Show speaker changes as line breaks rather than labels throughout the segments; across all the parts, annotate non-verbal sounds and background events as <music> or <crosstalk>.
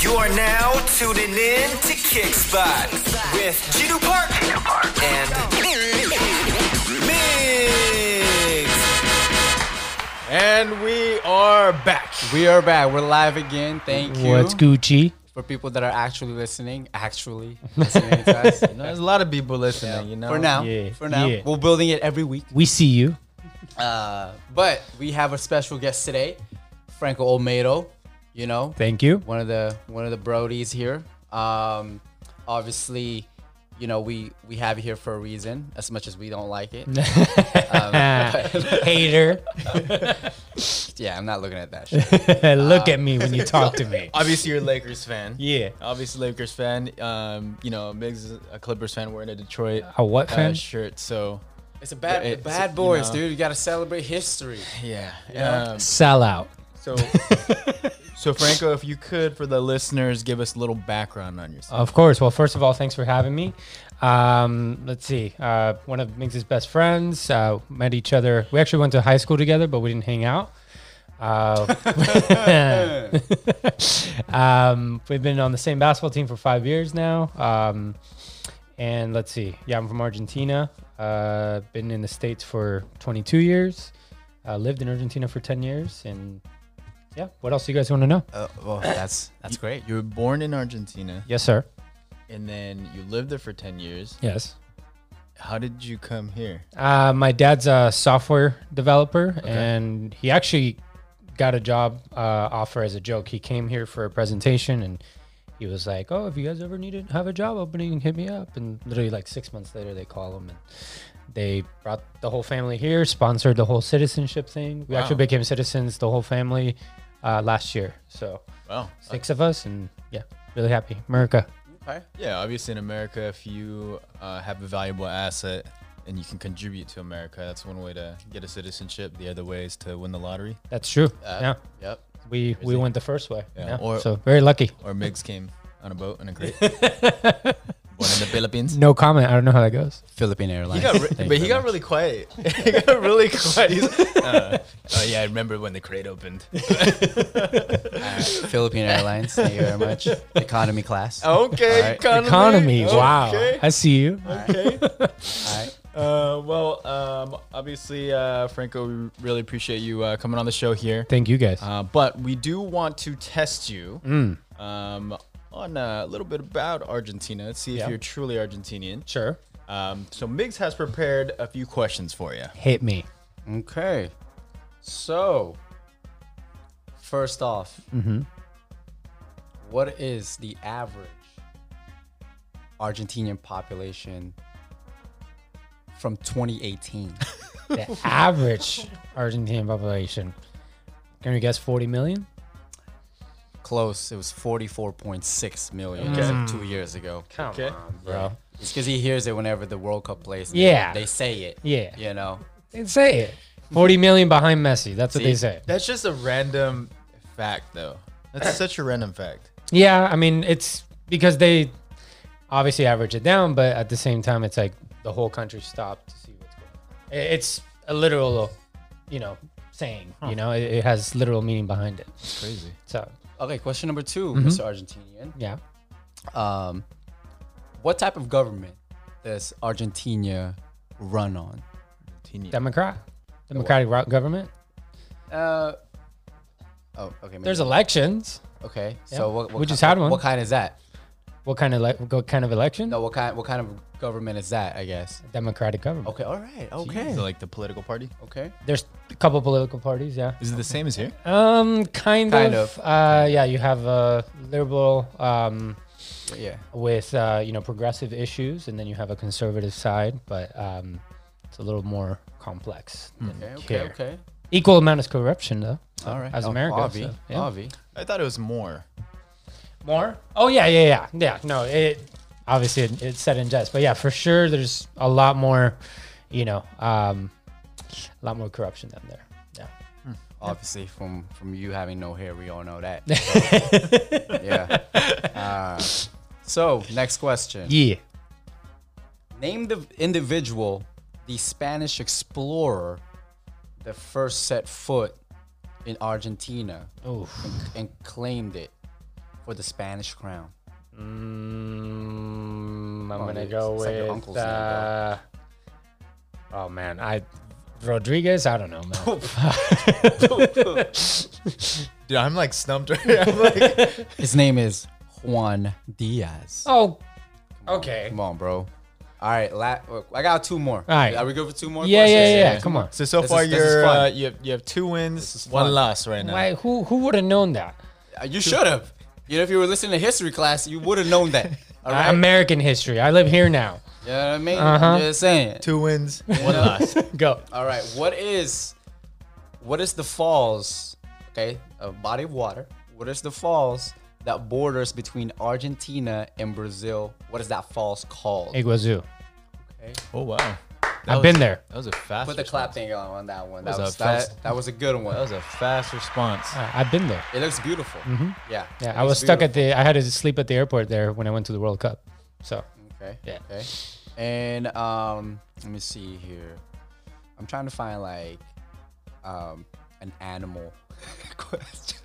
You are now tuning in to Kickspot with Gino Park and Migs.
And we are back. We are back. We're live again. Thank you
What's Gucci?
for people that are actually listening.
<laughs>
Actually listening to us.
You know, there's a lot of people listening, you know.
For now,
Yeah,
for now,
yeah.
we're building it every week.
We see you.
Uh, but we have a special guest today, Franco Olmedo. You know,
Thank you.
one of the one of the Brodies here. Um, obviously, you know we we have you here for a reason. As much as we don't like
<laughs>
it, <laughs>
Hater.
yeah, I'm not looking at that. Shit. <laughs>
Look at me when you talk to
Uh,
me.
Obviously, you're a Lakers fan.
Yeah.
Obviously, Lakers fan. Um, you know, Migs is a Clippers fan wearing a Detroit
A what
uh,
fan?
shirt. So,
It's a bad
It's,
bad
you
boys,
know.
dude. You gotta celebrate history.
yeah. Um,
Sell out.
<laughs>
so, so Franco, if you could, for the listeners, give us a little background on yourself.
Of course. Well, first of all, thanks for having me. Um, let's see. Uh, one of Migs' best friends. Uh, met each other. We actually went to high school together, but we didn't hang out. Uh, <laughs> um, we've been on the same basketball team for five years now. Um, and let's see. Yeah, I'm from Argentina. Uh, been in the States for 22 years. Uh, lived in Argentina for 10 years. And yeah, what else do you guys want to know?
Uh, well, that's that's great.
You were born in Argentina,
Yes, sir.
and then you lived there for 10 years.
Yes.
How did you come here?
Uh, my dad's a software developer, and he actually got a job uh, offer as a joke. He came here for a presentation, and he was like, "Oh, if you guys ever need to have a job opening, hit me up." And literally, like six months later, they call him, and they brought the whole family here, sponsored the whole citizenship thing. We actually
Wow.
became citizens, the whole family, uh, last year. So
Wow.
six of us, and yeah, really happy, America.
Okay.
Yeah, obviously in America, if you uh, have a valuable asset and you can contribute to America, that's one way to get a citizenship. The other way is to win the lottery.
That's true.
Uh,
yeah,
Yep.
we we went the first way.
Yeah,
Yeah,
or-
so very lucky.
Or Migs came on a boat in a crate. <laughs> Born in the Philippines.
No comment. I don't know how that goes.
Philippine Airlines.
<laughs> He got re-
Thank
but
you
he
very
got
much.
really quiet. <laughs> he got really quiet. <laughs> He's, uh, oh yeah, I remember when the crate opened.
Philippine Airlines. Thank you
<laughs>
very much. Economy class. All
Okay,
All right.
economy.
Economy. Wow.
Oh, Okay.
I see you.
okay.
right.
Uh, well, um, obviously, uh, Franco, we really appreciate you uh, coming on the show here.
Thank you guys.
Uh, but we do want to test you
Mm.
um, on a little bit about Argentina. Let's see if
Yeah.
you're truly Argentinian.
sure.
Um, so Migs has prepared a few questions for you.
Hit me.
Okay. So, first off,
Mm-hmm.
what is the average Argentinian population from
<laughs>
2018?
The average <laughs> Argentine population. Can we guess 40 million?
Close. It was 44.6 million as of
Mm.
two years ago.
Come
Okay.
bro.
It's because he hears it whenever the World Cup plays. They-
Yeah.
They say it.
Yeah.
You know?
They say it. 40 million behind Messi. That's what they say.
That's just a random fact, though.
<coughs>
That's such a random fact.
Yeah. I mean, it's because they obviously average it down, but at the same time, it's like the whole country stopped to see what's going on. I- It's a literal, you know, saying, you know, it, it has literal meaning behind it.
Crazy.
So,
Okay, question number 2
Mm-hmm.
Mr. Argentinian.
yeah.
um, what type of government does Argentina run on?
Democrat. Democratic ro- government.
Uh, oh, okay.
There's
maybe-
elections.
okay.
yeah.
So what, what
We just
ki-
had one.
What kind is that?
What kind of like what kind of election?
No, what kind? What kind of government is that? I guess.
Democratic government.
Okay. All right. Okay.
Is it like the political party?
okay.
There's a couple political parties, yeah.
Is it the same as here?
Um, kind,
Kind
of.
of.
Uh, yeah, you have a liberal um,
Yeah.
with uh, you know progressive issues, and then you have a conservative side, but um, it's a little more complex. than
Okay. Okay.
here.
Okay.
Equal amount of corruption, though.
All right.
as
Oh,
America,
Avi,
so, yeah.
Avi.
I thought it was more.
More? Oh yeah, yeah, yeah, yeah. No, it obviously it, it's said in jest, but yeah, for sure, there's a lot more, you know, um, a lot more corruption down there. Yeah.
Obviously, from from you having no hair, we all
<laughs>
know that. yeah. Uh, so next question.
Yeah.
Name the individual the Spanish explorer that first set foot in Argentina
Oh,
and claimed it for the Spanish crown.
mm, I'm
on,
gonna
dude.
go
It's like your
with.
uncle's name,
uh, oh man, I Rodriguez. I don't know, man.
Dude, I'm like stumped
<laughs>
right now. I'm like,
His name is Juan Diaz.
oh, okay.
Come on, bro. All right, la- I got two more.
All right.
Are we good for two more?
Yeah,
questions?
yeah, yeah. Come on.
so so
This
far
is- this is
you're
fun.
uh, you have you have two wins,
is
one
fun.
loss right now.
Why? Who who would have known that?
Uh, You should have. You know, if you were listening to history class, you would have known
<laughs>
that. All right.
American history. I live here now.
you know what I mean?
Uh-huh.
I'm just saying.
Two
<laughs>
wins, one
know?
loss.
Go.
All right. What is, what is the falls? Okay, a body of water. What is the falls that borders between Argentina and Brazil? What is that falls called?
Iguazu.
Oh wow, That
I've
was-
been there.
That was a fast.
Put the clap
response.
thing on, on that one.
That
That
was
was,
a
that, was,
fat-
that was a good one.
That was a fast response.
I- I've been there.
it looks beautiful. Yeah.
Mm-hmm. Yeah, I was stuck at the. I had to sleep at the airport there when I went to the World Cup. So
Okay.
Yeah.
Okay. And um, let me see here. I'm trying to find like um an animal <laughs>
<coughs>
question.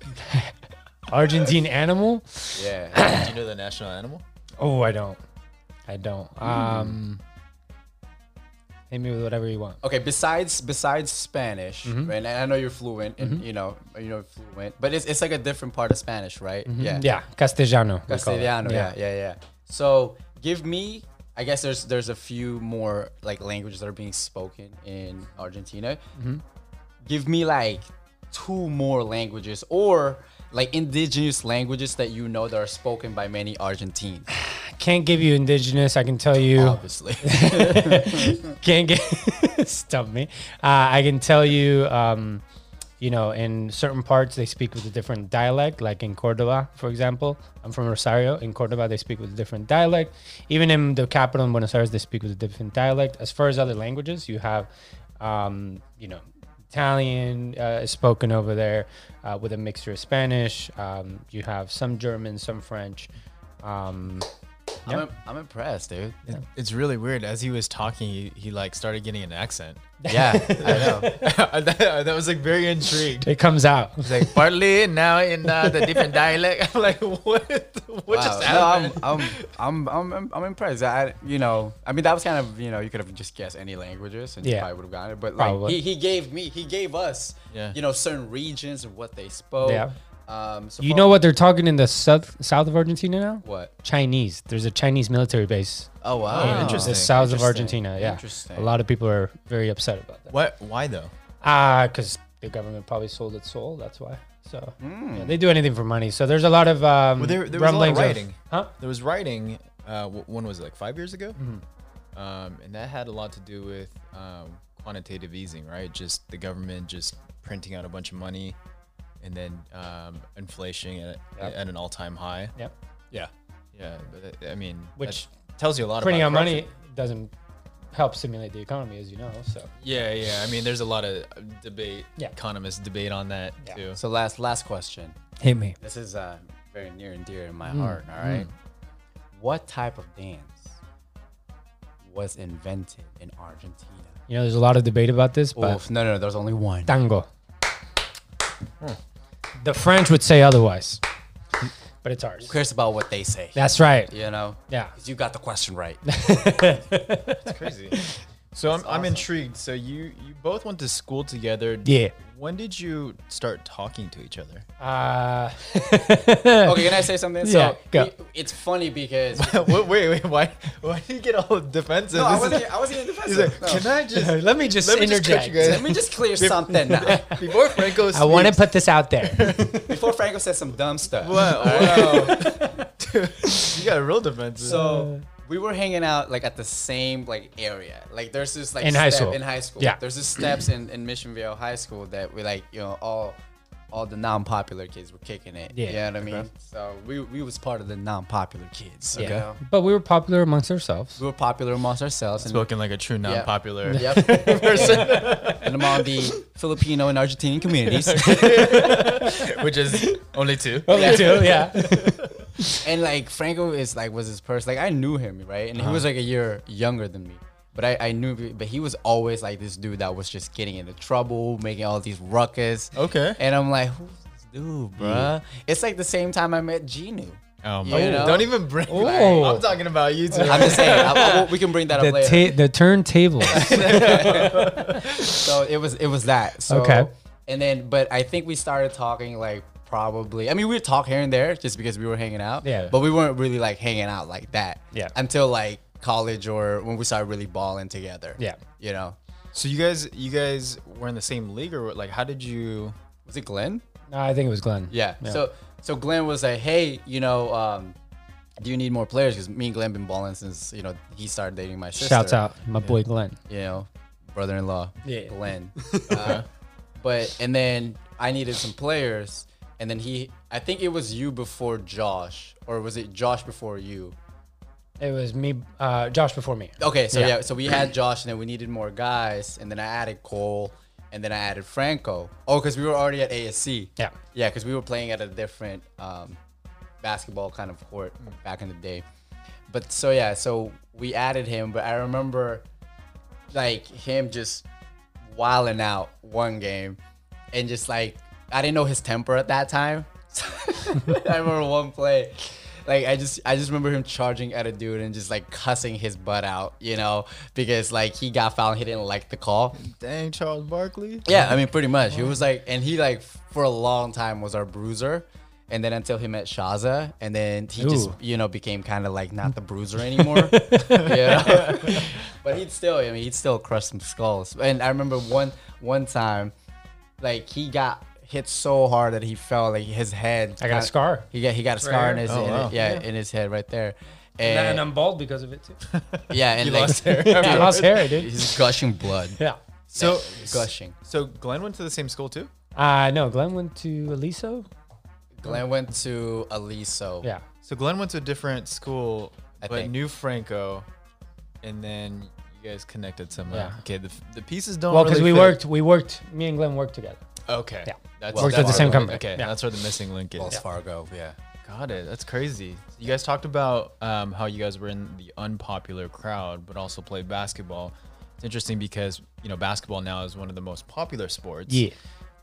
Argentine animal.
Yeah.
Do you know the national animal?
Oh, I don't. I don't. Um, hit me with whatever you want.
Okay. Besides besides Spanish,
Mm-hmm.
right? And I know you're fluent, and you know you know fluent, but it's it's like a different part of Spanish, right? Yeah.
Mm-hmm. Yeah, Castellano. we call it.
Castellano. Yeah. yeah. Yeah. So give me. I guess there's there's a few more like languages that are being spoken in Argentina.
Mm-hmm.
Give me like two more languages or like indigenous languages that you know that are spoken by many Argentines.
Can't give you indigenous. I can tell you. <laughs>
Obviously.
Can't get <laughs> stump me. Uh, I can tell you. Um, you know, in certain parts they speak with a different dialect. Like in Cordoba, for example, I'm from Rosario. In Cordoba, they speak with a different dialect. Even in the capital, in Buenos Aires, they speak with a different dialect. As far as other languages, you have, um, you know, Italian uh, is spoken over there uh, with a mixture of Spanish. Um, you have some German, some French. Um,
I'm, im- I'm
<laughs>
impressed, dude.
It- It's really weird. As he was talking, he, he like started getting an accent. <laughs>
Yeah, I know.
that, that was like very intrigued.
it comes out.
It's like partly now in uh, the different dialect. <laughs> I'm like, what? What
Wow.
just
No,
happened?
I'm, I'm, I'm, I'm, I'm, I'm impressed. I, you know, I mean, that was kind of, you know, you could have just guessed any languages and
Yeah.
you probably would have gotten it. But like,
Probably.
he, he gave me, he gave us,
Yeah.
you know, certain regions and what they spoke.
Yeah.
Um, so
You
for-
know what they're talking in the south south of Argentina now?
What?
Chinese. There's a Chinese military base
Oh wow.
in
interesting.
the south of
Interesting.
Argentina. Yeah,
Interesting.
a lot of people are very upset about that.
What? Why though?
Ah, because the government probably sold its soul. That's why. So yeah, they do anything for money. So there's a lot of
Hmm.
um,
Well, there- there was a lot of
rumblings
rioting.
huh?
There was writing. Uh, wh- when was it? Like five years ago. Um, and that had a lot to do with um, quantitative easing, right? Just the government just printing out a bunch of money, and then um, inflation at,
Yeah.
at an all-time high.
Yep.
Yeah. Yeah. But uh, I mean,
Which-
that tells you a lot.
Printing
about
out
corruption.
money doesn't help stimulate the economy, as you know. So
Yeah, yeah. I mean, there's a lot of uh, debate.
Yeah.
Economists debate on that
Yeah.
too.
So last last question.
hit me.
This is uh, very near and dear in my
Hmm.
heart. All right. What type of dance was invented in Argentina?
You know, there's a lot of debate about this, but
Oof, no, no, no. There's only one.
tango.
Hmm.
The French would say otherwise, but it's ours.
Who cares about what they say?
That's right.
you know.
Yeah.
'Cause You got the question right.
It's crazy. <laughs> So I'm, I'm intrigued. So you you both went to school together.
<laughs> Yeah.
When did you start talking to each other? <laughs>
Uh,
okay, can I say something?
Yeah,
so
go.
it- it's funny
<laughs>
because
wait, wait, wait. Why why do you get all defensive?
no, I
This is- <laughs>
wasn't. e, I wasn't in defense.
he's like, can I
<laughs>
just
let me just
Let me just cut
interject.
you guys-
Let me just
<laughs>
clear something now.
before Franco?
I want to
speaks-
put this out there.
Before Franco says some dumb stuff.
Wow, wow. Dude, you got real defensive.
So we were hanging out like at the same like area. Like there's this like
In high
step-
school.
In high school,
Yeah.
There's this steps in, in Mission Vale High School that we like you know all all the non-popular kids were kicking it.
Yeah.
You know what I mean? So we we was part of the non-popular kids. you know?
But we were popular amongst ourselves.
<laughs> We were popular amongst ourselves. And,
spoken like a true non-popular.
Yep. and among the Filipino and Argentinian communities. <laughs>
Which is only
<laughs>
two.
Yeah. too, yeah.
and like Franco is like was his person. Like I knew him, right? And he was like a year younger than me. But I, I knew, but he was always like this dude that was just getting into trouble, making all these ruckus.
Okay.
And I'm like, who's this dude, bruh? It's like the same time I met Genu.
Oh
You know?
Don't even bring.
Oh.
I'm talking about you two.
I'm just saying, I- I- we can bring that up later.
The, ta- the turntables.
so it was it was that. So,
Okay.
And then, but I think we started talking like probably. I mean, we would talk here and there just because we were hanging out.
Yeah.
But we weren't really like hanging out like that.
Yeah.
Until like college or when we started really balling together.
Yeah.
You know,
so you guys, you guys were in the same league, or what? like, how did you?
was it Glenn?
no, I think it was Glenn.
Yeah. So so Glenn was like, hey, you know, um, do you need more players? Because me and Glenn been balling since you know he started dating my sister.
Shouts out, my boy Glenn.
you know, brother-in-law,
Yeah.
Glenn. Uh, but and then I needed some players, and then he, I think it was you before Josh, or was it Josh before you?
It was me, uh, Josh before me.
Okay, so yeah.
Yeah.
so we had Josh, and then we needed more guys, and then I added Cole, and then I added Franco. Oh, because we were already at ASC.
Yeah.
yeah, because we were playing at a different um, basketball kind of court back in the day. But so yeah, so we added him, but I remember like him just wilding out one game, and just like I didn't know his temper at that time. <laughs> I remember one play. Like I just I just remember him charging at a dude and just like cussing his butt out, you know, because like he got fouled, he didn't like the call.
Dang, Charles Barkley.
Yeah, I mean, pretty much. He was like, and he like for a long time was our bruiser, and then until he met Shaza, and then he just
Ooh.
you know became kind of like not the bruiser
<laughs>
anymore. yeah, <laughs> but he'd still, I mean, he'd still crush some skulls. And I remember one one time, like he got hit so hard that he fell, like his head.
I got a scar.
He got he got a scar in
here.
his,
Oh,
in-
wow.
yeah, in his head right there. And,
And I'm bald because of it too.
yeah, and
You
like,
lost
<laughs>
hair.
<laughs> I lost hair, dude.
he's gushing blood.
Yeah.
So
gushing.
So Glenn went to the same school too.
Uh, no, Glenn went to Aliso.
Glenn went to Aliso.
Yeah.
So Glenn went to a different school,
I
but
think.
knew Franco, and then you guys connected somehow.
Yeah.
Okay, the, the pieces don't.
Well, because
really
we
fit.
worked, we worked, me and Glenn worked together.
Okay.
Yeah.
That's,
Worked at the
where
same
company.
Okay,
Yeah.
that's where the missing link is.
Wells Fargo. Yeah.
Got it. That's crazy. So you guys talked about um, how you guys were in the unpopular crowd, but also played basketball. It's interesting because you know basketball now is one of the most popular sports.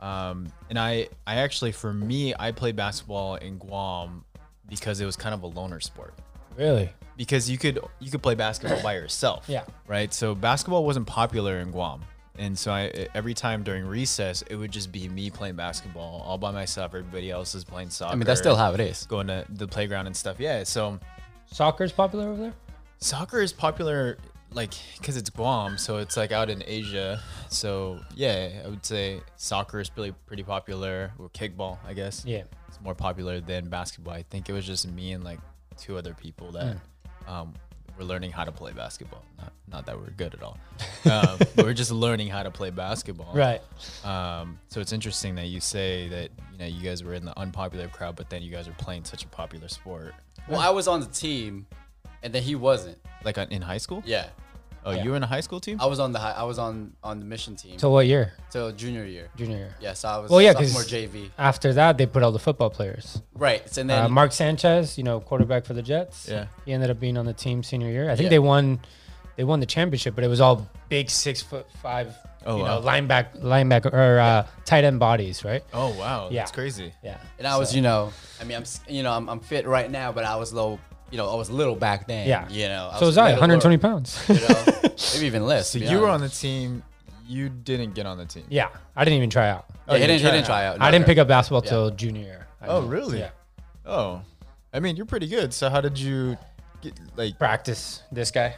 Um, and I, I actually, for me, I played basketball in Guam because it was kind of a loner sport.
Really?
Because you could you could play basketball
<coughs>
by yourself.
Yeah.
Right. So basketball wasn't popular in Guam, and so I e, every time during recess, it would just be me playing basketball all by myself. Everybody else is playing soccer.
I mean, that's still how it is.
going to the playground and stuff. Yeah. So
Soccer's popular over there?
soccer is popular, like, because it's Guam, so it's like out in Asia. So yeah, I would say soccer is really pretty popular, or kickball, I guess.
Yeah.
It's more popular than basketball. I think it was just me and like two other people that
Hmm.
um, were learning how to play basketball. Not, not that we're good at
<laughs>
all. um, but we're just learning how to play basketball.
Right.
Um, so it's interesting that you say that you know you guys were in the unpopular crowd, but then you guys are playing such a popular sport,
Well, I was on the team, and then he wasn't.
like on- in high school.
Yeah,
Oh, you were in a high school team?
I was on the high, I was on on the mission team
So what year?
till junior year.
Junior year.
Yeah, so I was
Well, yeah, 'cause-
sophomore JV.
After that, they put all the football players.
Right, so and then
Uh, Mark Sanchez, you know, quarterback for the Jets.
Yeah.
He ended up being on the team senior year. I think
Yeah.
they won they won the championship, but it was all big six foot five
Oh,
you
wow.
know, linebacker linebacker or uh, tight end bodies, right?
oh wow,
Yeah.
that's crazy.
Yeah.
and I was, you know, I mean, I'm s- you know, I'm, I'm fit right now, but I was low, you know, I was little back then.
Yeah.
you know,
so was I, 120 pounds.
pounds. You know, <laughs> maybe even less.
So you were on the team. You didn't get on the team.
<laughs> yeah. I didn't even try out.
Oh, he
you
didn't, he
tried
didn't
out.
try out.
I
no.
didn't pick up basketball till junior year. I
Oh
mean,
really?
Yeah.
Oh, I mean you're pretty good. So how did you get like?
Practice. This guy.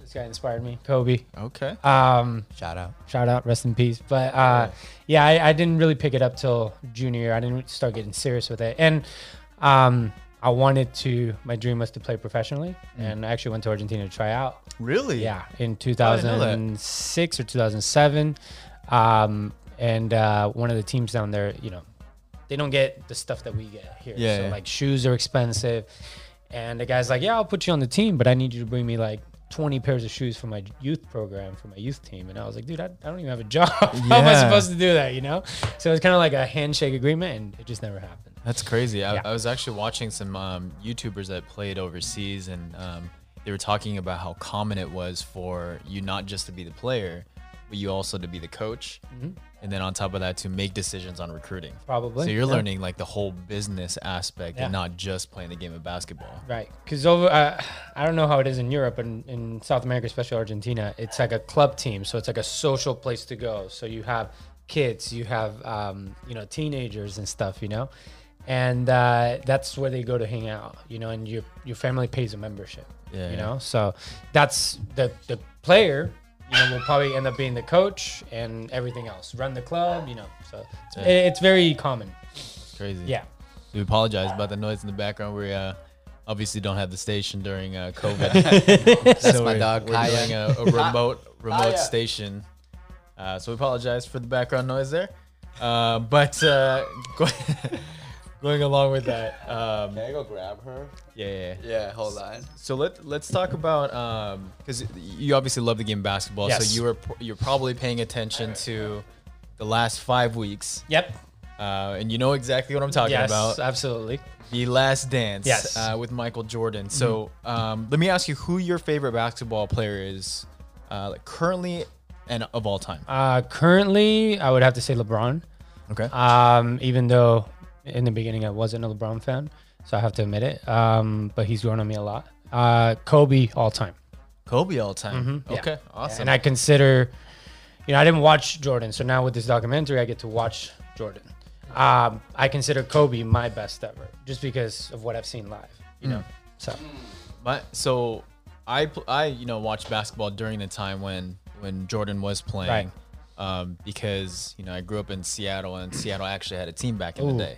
This guy inspired me. Kobe.
Okay.
Um
Shout out.
shout out rest in peace but uh yeah I, I didn't really pick it up till junior year i didn't start getting serious with it and um i wanted to my dream was to play professionally and i actually went to argentina to try out
Really?
yeah in
didn't know that.
2006 or 2007 um and uh one of the teams down there you know they don't get the stuff that we get here
Yeah,
so
yeah.
like shoes are expensive and the guy's like yeah i'll put you on the team but i need you to bring me like 20 pairs of shoes for my youth program for my youth team and i was like dude i, I don't even have a job <laughs> how am i
Yeah.
supposed to do that you know so it's kind of like a handshake agreement and it just never happened
That's crazy. I,
Yeah.
I was actually watching some um, YouTubers that played overseas, and um, they were talking about how common it was for you not just to be the player, but you also to be the coach, and then on top of that to make decisions on recruiting.
Mm-hmm. Probably,
So you're
yeah.
learning like the whole business aspect
Yeah.
and not just playing the game of basketball.
Right, because over uh, I don't know how it is in Europe and in South America, especially Argentina. It's like a club team, so it's like a social place to go. So you have kids, you have um, you know teenagers and stuff, you know, and uh, that's where they go to hang out, you know, and your your family pays a membership,
Yeah,
you
yeah.
know. So that's the the player, you know, will probably end up being the coach and everything else, run the club, you know. So it's,
Yeah.
it's very common.
It's crazy.
Yeah.
We apologize about the noise in the background. We uh, obviously don't have the station during uh, COVID. That's
my dog,
We're
Kaya.
doing a, a remote remote
Kaya.
station. Uh, so we apologize for the background noise there. Uh, but uh, <laughs> go- going along with that, um,
Can I go grab her?
yeah, yeah, yeah.
Yeah, hold on.
So let let's talk about because you obviously love the game of basketball.
Yes.
So you were pro- you're probably paying attention to the last five weeks,
Yep.
uh, and you know exactly what I'm talking
Yes.
about.
Absolutely.
The Last Dance
Yes.
uh, with Michael Jordan. So um, let me ask you who your favorite basketball player is uh, like currently and of all time.
Uh, currently, I would have to say LeBron.
Okay.
Um, even though in the beginning I wasn't a LeBron fan, so I have to admit it. Um, but he's grown on me a lot. Uh, Kobe all time,
Kobe all time.
mm-hmm. yeah.
Okay. Awesome.
and I consider, you know, I didn't watch Jordan, so now with this documentary, I get to watch Jordan. Um, I consider Kobe my best ever, just because of what I've seen live. You know, so
My, so I pl- I you know watched basketball during the time when when Jordan was playing, um, because you know I grew up in Seattle and Seattle actually had a team back in
Ooh,
the day.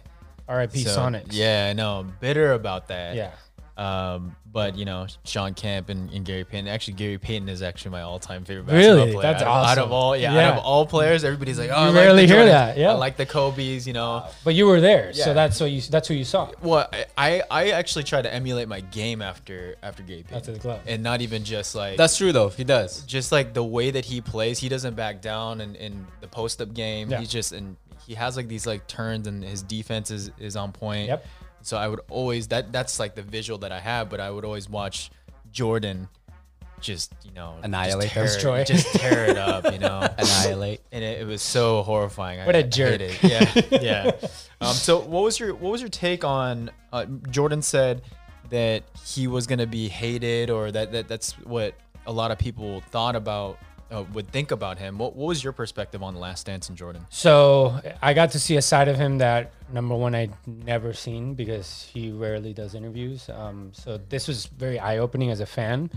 R.I.P.
So,
Sonics.
Yeah, I know. I'm bitter about that.
yeah.
Um, but you know, Sean Camp and, and Gary Payton. Actually, Gary Payton is actually my all-time favorite
Really?
basketball player.
That's
out, of- Out
awesome.
of all, yeah, out
Yeah.
of all players, everybody's like, oh, I
You
like the
rarely hear
Jordans.
that, yeah.
I like the Kobe's. You know,
But you were there, so
Yeah.
that's what you that's who you saw.
well, I- I I actually try to emulate my game after after Gary Payton.
After the club.
and not even just like
That's true though. He does.
just like the way that he plays, he doesn't back down in, in the post up game.
Yeah.
He's just and he has like these like turns and his defense is, is on point.
Yep.
So I would always that that's like the visual that I have, but I would always watch Jordan just, you know,
Annihilate them.
just tear,
Destroy.
it, just tear it up, you know.
<laughs> Annihilate.
And it, it was so horrifying. I-
What a
I hate
jerk.
it.
<laughs>
Yeah, yeah. um, so, what was your what was your take on uh, Jordan said that he was gonna be hated, or that, that that's what a lot of people thought about uh, would think about him. What what was your perspective on The Last Dance and Jordan?
So I got to see a side of him that number one I'd never seen because he rarely does interviews. Um, so this was very eye opening as a fan.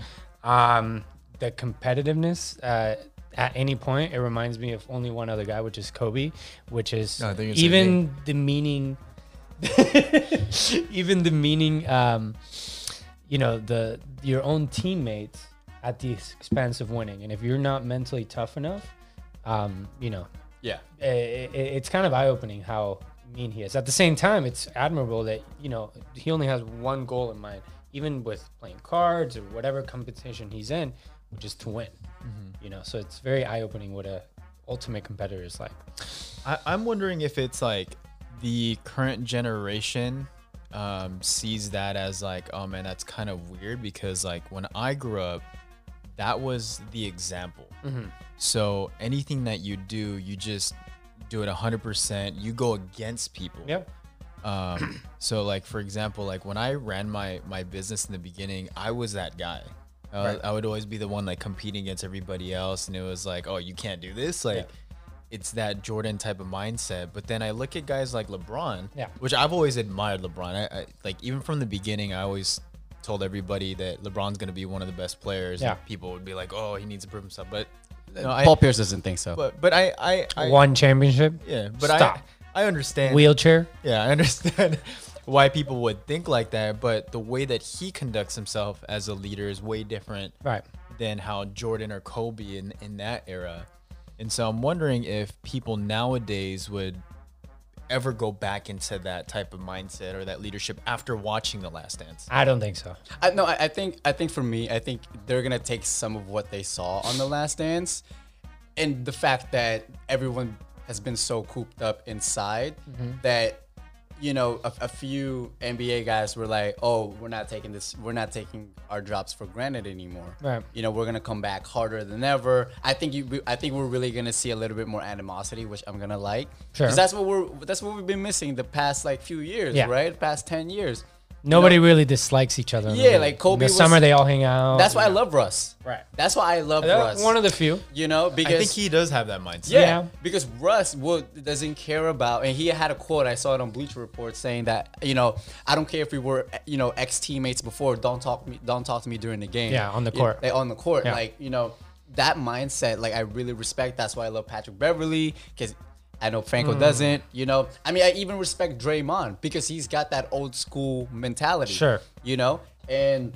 Um, the competitiveness uh, at any point it reminds me of only one other guy, which is Kobe, which is
I thought you were gonna say
even demeaning. <laughs> even demeaning. Um, you know the your own teammates at the expense of winning, and if you're not mentally tough enough, um, you know
Yeah,
i- i- uh, it's kind of eye opening how mean he is. At the same time, it's admirable that you know he only has one goal in mind, even with playing cards or whatever competition he's in, which is to win.
Mm-hmm.
You know, so it's very eye opening what a ultimate competitor is like.
I, I'm wondering if it's like the current generation um, sees that as like, oh man, that's kind of weird because like when I grew up, that was the example. So anything that you do, you just do it 100%. You go against people.
Yeah,
Um, so like for example, like when I ran my my business in the beginning, I was that guy. I, was- I would always be the one like competing against everybody else, and it was like, oh, you can't do this. Like, it's that Jordan type of mindset. But then I look at guys like LeBron,
Yeah.
which I've always admired LeBron. I, I like even from the beginning, I always told everybody that LeBron's gonna be one of the best players. and
Yeah.
people would be like, oh, he needs to prove himself. But no, I,
Paul Pierce doesn't think so.
but but I I, I
one championship.
yeah, but
Stop.
I I understand.
Wheelchair.
Yeah, I understand <laughs> why people would think like that, but the way that he conducts himself as a leader is way different
Right.
than how Jordan or Kobe in, in that era. And so I'm wondering if people nowadays would ever go back into that type of mindset or that leadership after watching The Last Dance.
I don't think so.
I, no, I, I think I think for me, I think they're gonna take some of what they saw on The Last Dance, and
Mm-hmm.
the fact that everyone has been so cooped up inside that you know, a, a few NBA guys were like, "Oh, we're not taking this. We're not taking our drops for granted anymore.
Right.
You know, we're gonna come back harder than ever. I think you. we- I think we're really gonna see a little bit more animosity, which I'm gonna like.
Sure.
'Cause that's what we're. That's what we've been missing the past like few years,
Yeah.
right? Past ten years.
Nobody really dislikes each other. in the
Yeah,
league.
like
In
Kobe
the
was-
summer they all hang out.
That's why I love Russ.
Right.
That's why I love
They're
Russ.
one of the few.
you know because
I think he does have that mindset.
Yeah,
Yeah.
because Russ will, doesn't care about, and he had a quote I saw it on Bleacher Report saying that you know I don't care if we were you know ex teammates before. Don't talk me. Don't talk to me during the game.
Yeah, on the
You-
court.
like, on the court,
Yeah.
like you know that mindset. Like I really respect. That's why I love Patrick Beverly because. I know Franco
Mm.
doesn't, you know. I mean, I even respect Draymond because he's got that old school mentality.
Sure.
You know, and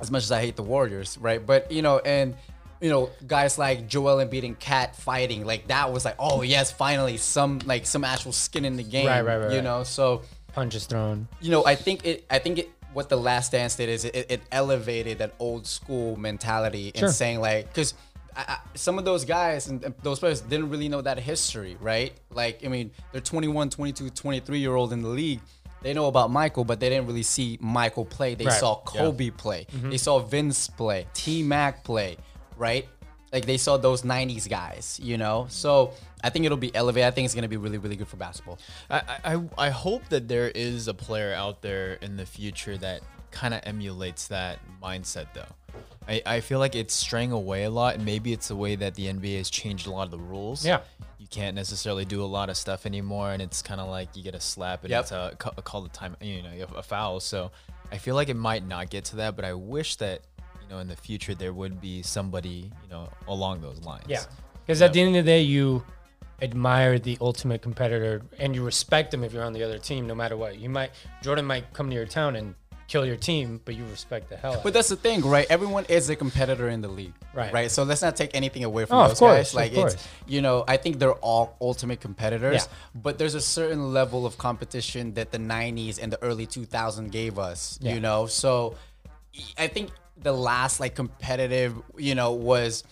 as much as I hate the Warriors, right? But you know, and you know, guys like Joel Embiid and Cat fighting, like that was like, oh yes, finally some like some actual skin in the game.
Right, right, right,
You
right.
know, so
Punches thrown.
you know, I think it I think it what the last dance did is it, it elevated that old school mentality and
Sure.
saying like because I, I, some of those guys and and those players didn't really know that history right like i mean they're 21 22 23 year old in the league they know about michael but they didn't really see michael play they
Right. Mm-hmm.
saw kobe play they saw vince play t-mac play right like they saw those 90s guys you know so i think it'll be elevated i think it's going to be really really good for basketball
I, I- I I hope that there is a player out there in the future that kind of emulates that mindset though. I, I feel like it's straying away a lot, and maybe it's the way that the NBA has changed a lot of the rules.
Yeah.
you can't necessarily do a lot of stuff anymore, and it's kind of like you get a slap and
Yep.
it's a, ca- a call the time, you know, a foul. So I feel like it might not get to that, but I wish that you know in the future there would be somebody you know along those lines.
Yeah. Because at the end of the day, you admire the ultimate competitor and you respect them if you're on the other team, no matter what. You might, Jordan might come to your town and kill your team, but you respect the hell out
But
of
that's the thing, right? Everyone is a competitor in the league,
Right.
Right. So let's not take anything away from
Oh, of
those
course,
guys.
of
Like
course.
it's, you know, I think they're all ultimate competitors.
Yeah.
But there's a certain level of competition that the '90s and the early 2000s gave us.
Yeah.
You know, so I think the last like competitive, you know, was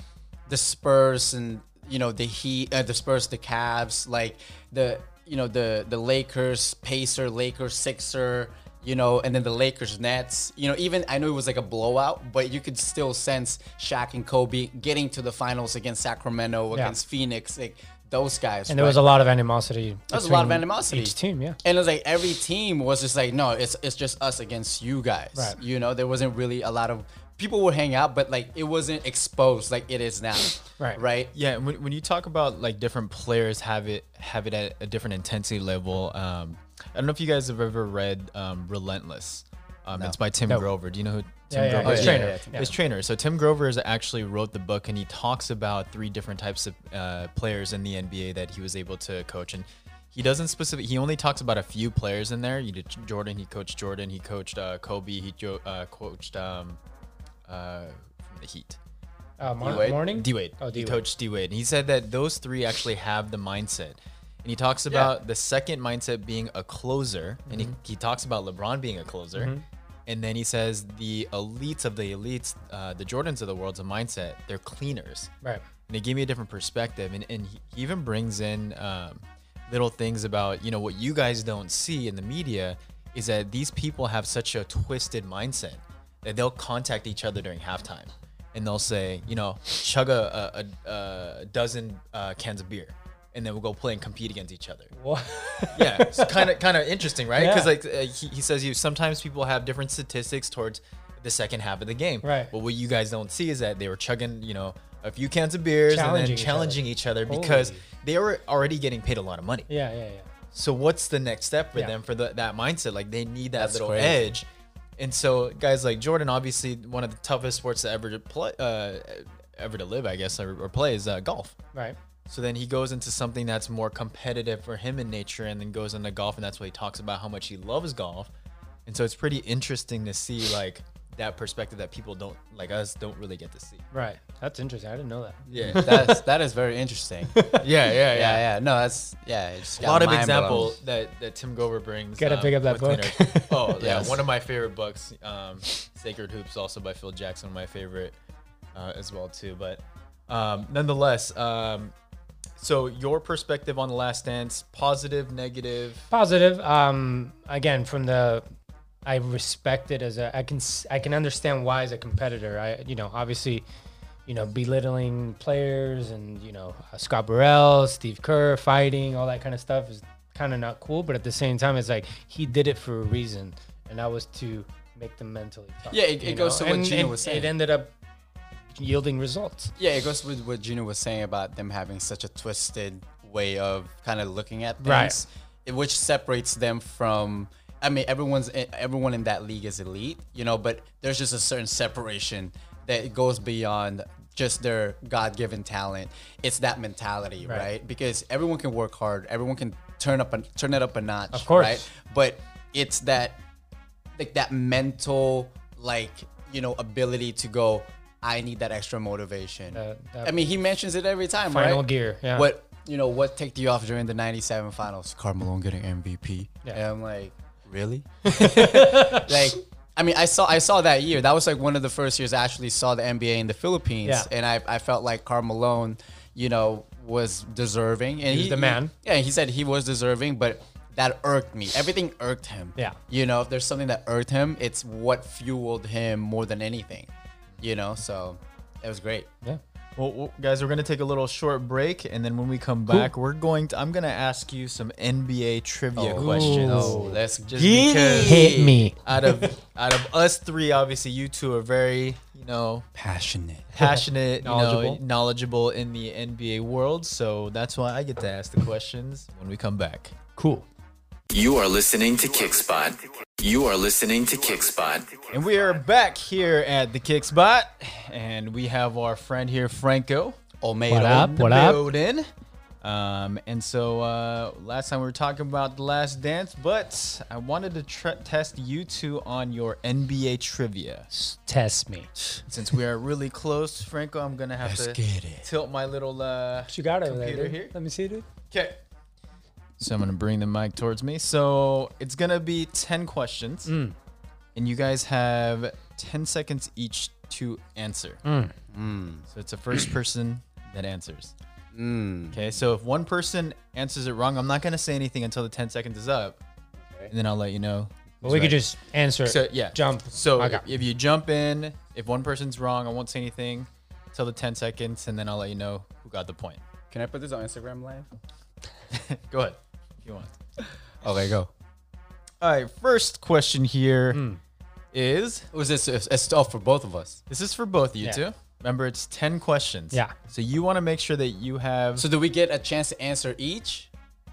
the Spurs and you know the Heat, uh, the Spurs, the Cavs, like the you know the the Lakers, Pacer, Lakers, Sixer, you know, and then the Lakers, Nets. You know, even I know it was like a blowout, but you could still sense Shaq and Kobe getting to the finals against Sacramento,
Yeah.
against Phoenix, like those guys.
And there was a lot of animosity. There
was a lot of animosity.
Each team, yeah.
and it was like every team was just like, no, it's it's just us against you guys.
Right.
You know, there wasn't really a lot of people would hang out, but like it wasn't exposed like it is now.
<laughs> Right.
Right.
Yeah, and when, when you talk about like different players have it have it at a different intensity level. Um, I don't know if you guys have ever read um, Relentless. Um, It's by Tim
No.
Grover. Do you know who Tim
Yeah, yeah,
Grover
his
is?
trainer.
yeah. His trainer. So Tim Grover is actually wrote the book, and he talks about three different types of uh, players in the NBA that he was able to coach. And he doesn't specific. He only talks about a few players in there. You did Jordan. He coached Jordan. He coached uh, Kobe. He jo- uh, coached um, uh, from the Heat.
Uh, Mar-
D-Wade?
morning?
D Wade.
Oh,
He
D-Wade.
coached D Wade. And he said that those three actually have the mindset. And he talks about the second mindset being a closer. And
Mm-hmm.
he, he talks about LeBron being a closer. And then he says the elites of the elites, uh, the Jordans of the world's a mindset. They're cleaners.
Right. <laughs>
And it gave me a different perspective. And, and he even brings in um, little things about, you know, what you guys don't see in the media is that these people have such a twisted mindset that they'll contact each other during halftime and they'll say, you know, chug a, a, a, a dozen uh, cans of beer and then we'll go play and compete against each other
What?
yeah, it's kind of kind of interesting, right? Because
Yeah.
like uh, he, he says, you sometimes people have different statistics towards the second half of the game.
Right.
But what you guys don't see is that they were chugging, you know, a few cans of beers
Challenging
and
each
then
other.
challenging each other, because
Holy.
they were already getting paid a lot of money.
yeah, yeah, yeah.
So what's the next step for
Yeah.
them for the, that mindset? Like they need that
That's
little
crazy.
edge. And so guys like Jordan, obviously one of the toughest sports to ever to play, uh, ever to live, I guess, or, or play is uh, golf.
Right.
So then he goes into something that's more competitive for him in nature and then goes into golf and that's why he talks about how much he loves golf. And so it's pretty interesting to see like that perspective that people don't like us don't really get to see.
Right. That's interesting. I didn't know that.
<laughs> Yeah. yeah,
That's that is very
<laughs>
interesting. yeah,
yeah, yeah.
yeah. No, that's yeah. It's
A lot of example that, that Tim Gover brings. um,
Gotta pick up that
with
book. <laughs>
Leonard- Oh yeah,
Yes.
one of my favorite books, um, Sacred Hoops, also by Phil Jackson, my favorite uh, as well too. But um, nonetheless, um, So your perspective on the Last Dance, positive, negative.
positive um again from the i respect it as a i can s- i can understand why as a competitor i you know obviously you know belittling players and you know uh, scott burrell steve kerr fighting all that kind of stuff is kind of not cool but at the same time it's like he did it for a reason and that was to make them mentally tough
Yeah, it-
you
it goes to what
And-
Gino
and
was saying.
it ended up yielding results
Yeah, it goes with what Gina was saying about them having such a twisted way of kind of looking at things,
Right.
it- which separates them from. I mean, everyone's e, everyone in that league is elite, you know, but there's just a certain separation that goes beyond just their God-given talent. It's that mentality, right?
Right.
Because everyone can work hard, everyone can turn up and turn it up a notch,
Of course.
right? But it's that like that mental like you know ability to go i need that extra motivation
that
i mean he mentions it every time
final
right?
gear, yeah.
what you know what ticked you off during the 97 finals carmelo getting mvp
Yeah.
and i'm like
<laughs>
really like I mean, I saw I saw that year. That was like one of the first years I actually saw the NBA in the Philippines,
Yeah.
and I, I felt like Karl Malone, you know, was deserving. And
was
he-
the man.
yeah, he said he was deserving, but that irked me. Everything irked him.
Yeah.
you know, if there's something that irked him, it's what fueled him more than anything. You know, so it was great.
yeah
Well, well, guys, we're gonna take a little short break, and then when we come back, we're going to. I'm gonna ask you some NBA trivia questions.
Oh, let's just
Get
because-
it.
hit me
Out of out of us three, obviously, you two are very, you
<laughs>
know,
passionate.
passionate, knowledgeable.
Knowledgeable.
You know, knowledgeable in the NBA world. So that's why I get to ask the questions when we come back.
cool
You are listening to Kickspot. You are listening to Kickspot.
And we are back here at the Kickspot, and we have our friend here, Franco.
Olmedo.
What
the
up?
building. Um, and so uh, last time we were talking about the Last Dance, but I wanted to tr- test you two on your NBA trivia.
test me
Since we are really close, Franco, I'm gonna have
Let's
to
get it.
tilt my little uh,
What you got over
computer
there? dude?
here.
Let me see, dude.
Okay. So I'm gonna bring the mic towards me. So it's gonna be ten questions, and you guys have ten seconds each to answer. So it's the first <clears throat> person that answers. Okay. So if one person answers it wrong, I'm not gonna say anything until the ten seconds is up, and then I'll let you know.
Well,
who's
we
right.
could just answer.
so yeah
jump.
So
Okay.
if you jump in, if one person's wrong, I won't say anything till the ten seconds, and then I'll let you know who got the point.
Can I put this on Instagram Live?
Go ahead. If you want.
Okay, go.
All right, first question here is
Was this? It's, it's all for both of us.
this is for both of you
Yeah.
two. Remember, it's 10 questions.
Yeah.
So you want to make sure that you have.
So do we get a chance to answer each?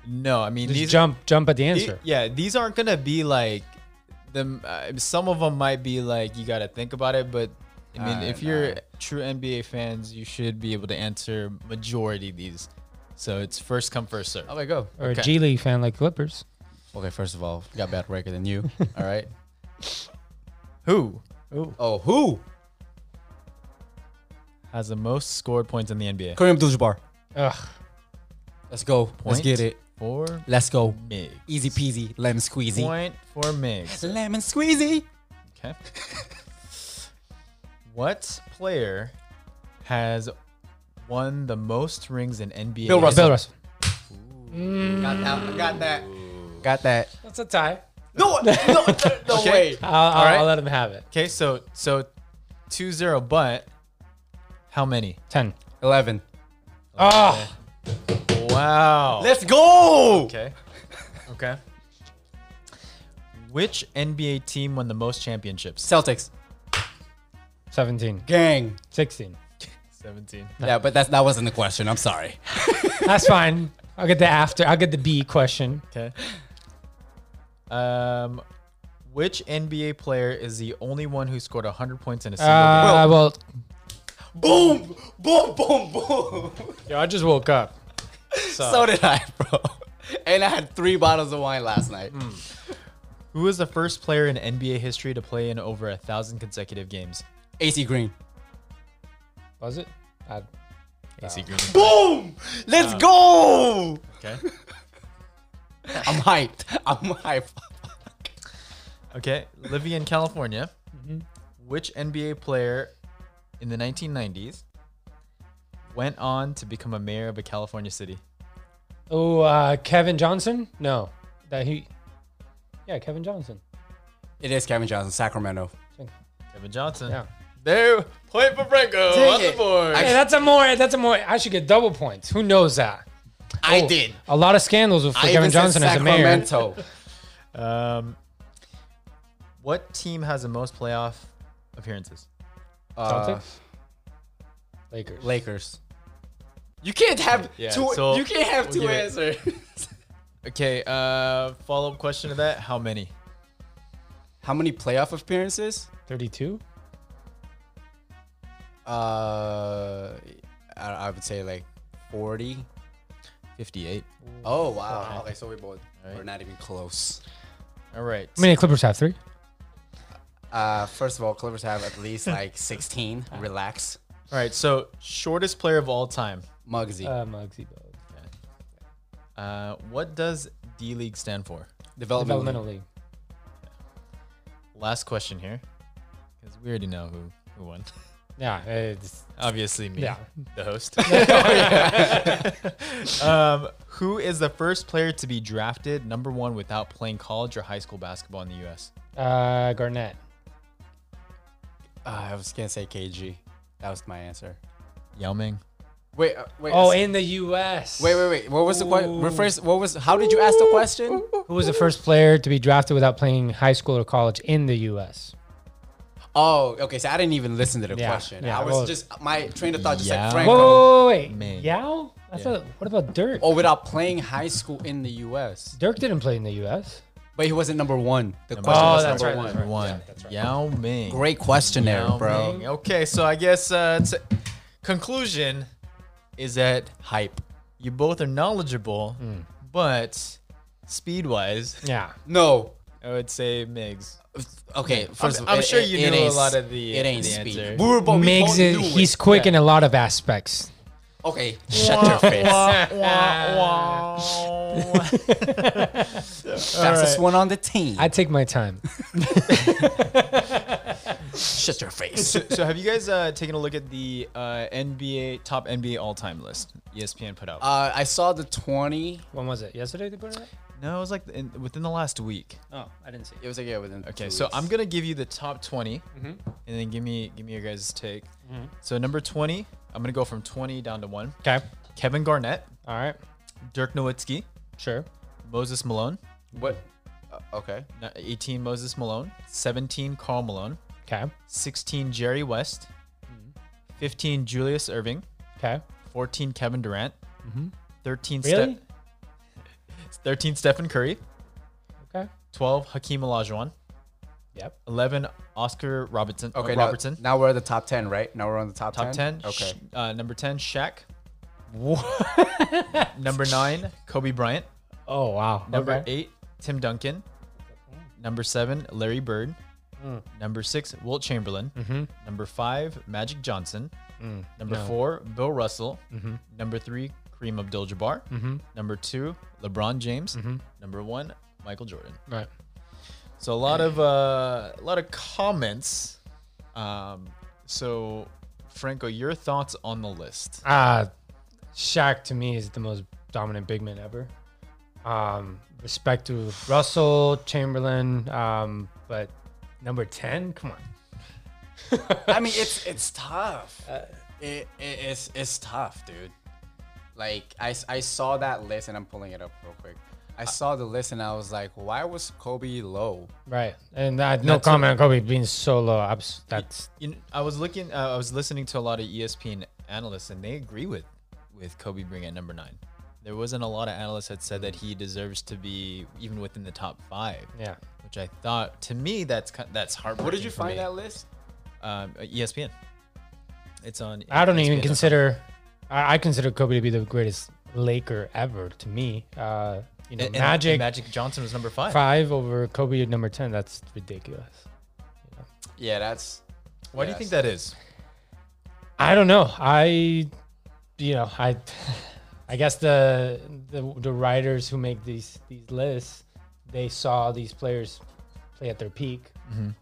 no, I mean,
Just
these.
jump, jump at the
the-
answer.
yeah, these aren't going to be like. Them, uh, some of them might be like, you got to think about it, but. I mean,
Alright,
if you're true NBA fans, you should be able to answer majority of these. So it's first come, first serve.
Okay, Oh, go.
or
okay.
a G League fan like Clippers.
Okay, first of all, got bad record
<laughs>
than you. All right.
Who
Oh, who?
has the most scored points in the NBA?
Kareem Abdul-Jabbar.
Ugh.
Let's go. Let's
Point
get it.
For
Let's go.
Migs.
Easy peasy, lemon squeezy.
Point for Migs.
Lemon squeezy.
Okay. what player has won the most rings in NBA?
Bill Russell.
Bill Russell.
Got that. Got that. Got that.
That's a tie.
No, no, <laughs> no
Okay.
way.
I'll, I'll,
right.
I'll let him have it.
Okay, so so two zero, but how many?
Ten.
11.
Oh,
Wow.
Let's go.
Okay. Okay. Which NBA team won the most championships?
Celtics.
17.
Gang.
16.
17.
Yeah, but that's, that wasn't the question. I'm sorry.
That's <laughs> fine. I'll get the after. I'll get the B question.
Okay. Um which NBA player is the only one who scored 100 points in a single game?
Uh, well,
Boom. Boom, boom, boom.
yo, I just woke up.
So did I, bro. And I had three bottles of wine last night.
Who was the first player in NBA history to play in over a thousand consecutive games?
AC Green.
Was it? Uh, I,
AC Green.
Boom! Let's go!
Okay.
I'm hyped. I'm hyped.
Okay. Living in California, which NBA player in the 1990s went on to become a mayor of a California city.
Oh, uh, Kevin Johnson? No, that he. Yeah, Kevin Johnson.
It is Kevin Johnson, Sacramento.
Kevin Johnson.
Yeah.
There, point for Franco
Dang
on the
it.
board.
Hey, that's a more. That's a more. I should get double points. Who knows that?
I
Oh,
did.
A lot of scandals with for Kevin Johnson as a mayor.
Sacramento.
<laughs>
Um, what team has the most playoff appearances?
Uh,
Celtics? Lakers.
Lakers. You can't have
Yeah,
two.
so-
you can't have
we'll
two
give it-
answers.
Okay. Uh, follow up question to that: How many?
<laughs> How many playoff appearances?
32?
Uh, I, I would say like forty.
Fifty-eight.
Oh wow. Okay, so we both
All right.
we're not even close.
All right.
How many Clippers have? Three?
Uh, first of all, Clippers have at least like <laughs> sixteen. Relax,
All right. So shortest player of all time.
Muggsy.
Uh, Muggsy Bogues.
Uh, what does D League stand for?
developmental.
Developmental League.
Last question here, because we already know who who won. <laughs>
Yeah. It's,
Obviously, me,
Yeah. Oh,
the
<laughs>
host. <laughs> um, who is the first player to be drafted number one without playing college or high school basketball in the U.S.?
uh, Garnett.
Uh, I was gonna say KG. That was my answer.
Yao Ming.
Wait, uh, wait.
Oh,
s-
in the U.S.
wait, wait, wait. What was the question?
Ooh.
Refresh. What was? How did you ask the question?
Who was the first player to be drafted without playing high school or college in the U.S.?
Oh, okay. So I didn't even listen to the
Yeah,
question.
yeah,
I was
well-
just my train of thought just
Yeah.
Whoa,
like Franco.
whoa, whoa, wait.
Man.
Yao? I
Yeah.
thought, what about Dirk?
Oh, without playing high school in the U.S.,
Dirk didn't play in the U.S.
but he wasn't number one. The
Number
question
one.
was
Oh,
that's
number
right,
one.
that's right.
One.
Yeah, that's right.
Yao Ming.
Great question there,
Yao
bro.
Ming. Okay, so I guess uh, t- conclusion is that
Hype.
you both are knowledgeable,
Hmm.
but speed wise,
Yeah.
No.
I would say Migs.
Okay. First,
I'm-
of all,
I'm
it-
sure
it-
you
it
knew a
ain't-
lot of the-
It ain't
the
speed.
answer.
We were both. we both
Miggs is
knew it.
he's quick in a lot of aspects.
<laughs>
okay. Shut your face. Fastest one on the team.
I take my time.
Shut your face.
<laughs>
<laughs>
so have you guys uh, taken a look at the uh, NBA top NBA all time list E ESPN put out?
Uh, I saw the twenty.
<laughs> When was it? Yesterday they put it up?
no, it was like in, within the last week.
Oh, I didn't see
It was like yeah, within.
Okay,
two
so
weeks. Mm-hmm.
I'm gonna give you the top 20 and then give me give me your guys' take. So number twenty, I'm gonna go from twenty down to one.
Okay.
Kevin Garnett,
All right.
Dirk Nowitzki,
Sure.
Moses Malone,
What? Uh, okay.
n- eighteen Moses Malone, seventeen Carl Malone,
Okay.
16 Jerry West,
Mm-hmm.
15 Julius Irving,
Okay.
14 Kevin Durant, 13
Really?
Ste- 13 Stephen Curry,
Okay.
12 Hakeem Olajuwon,
Yep.
11 Oscar Robertson, uh,
Okay. now-
Robertson.
Now, we're at the top ten, right? Now we're on the top,
Top 10.
Okay.
Sh- uh, number 10 Shaq. number 9 Kobe Bryant,
Oh wow.
number
Okay.
8 Tim Duncan, number 7 Larry Bird.
Mm.
Number six, Wilt Chamberlain.
Mm-hmm.
Number five, Magic Johnson.
Mm.
Number four, Bill Russell.
Mm-hmm.
Number three, Kareem Abdul-Jabbar. Number two, LeBron James.
Mm-hmm.
Number one, Michael Jordan.
Right.
So a lot of uh, a lot of comments. Um, so Franco, your thoughts on the list?
Uh Shaq to me is the most dominant big man ever. Um, respect to Russell Chamberlain, um, but number ten, come on.
I mean, it's it's tough. it, it it's it's tough, dude. Like I, s- I saw that list and I'm pulling it up real quick. I saw the list and I was like, why was Kobe low?
Right, and uh, no comment on Kobe being so low. Abs- that's
You kn- I was looking, uh, I was listening to a lot of E ESPN analysts, and they agree with with Kobe being at number nine. There wasn't a lot of analysts that said that he deserves to be even within the top five.
yeah.
which I thought to me that's ki- that's heartbreaking.
What did you
for
find
me.
that list?
Um, uh, ESPN. It's on. E
I don't even
ESPN.com.
consider. I, I consider Kobe to be the greatest Laker ever to me. Uh, you know,
And- and
Magic
Magic Johnson was number five.
five over Kobe at number ten. That's ridiculous.
Yeah, that's
Why do you think that is?
I don't know. I, you know, I, I guess the the, the writers who make these these lists, they saw these players play at their peak,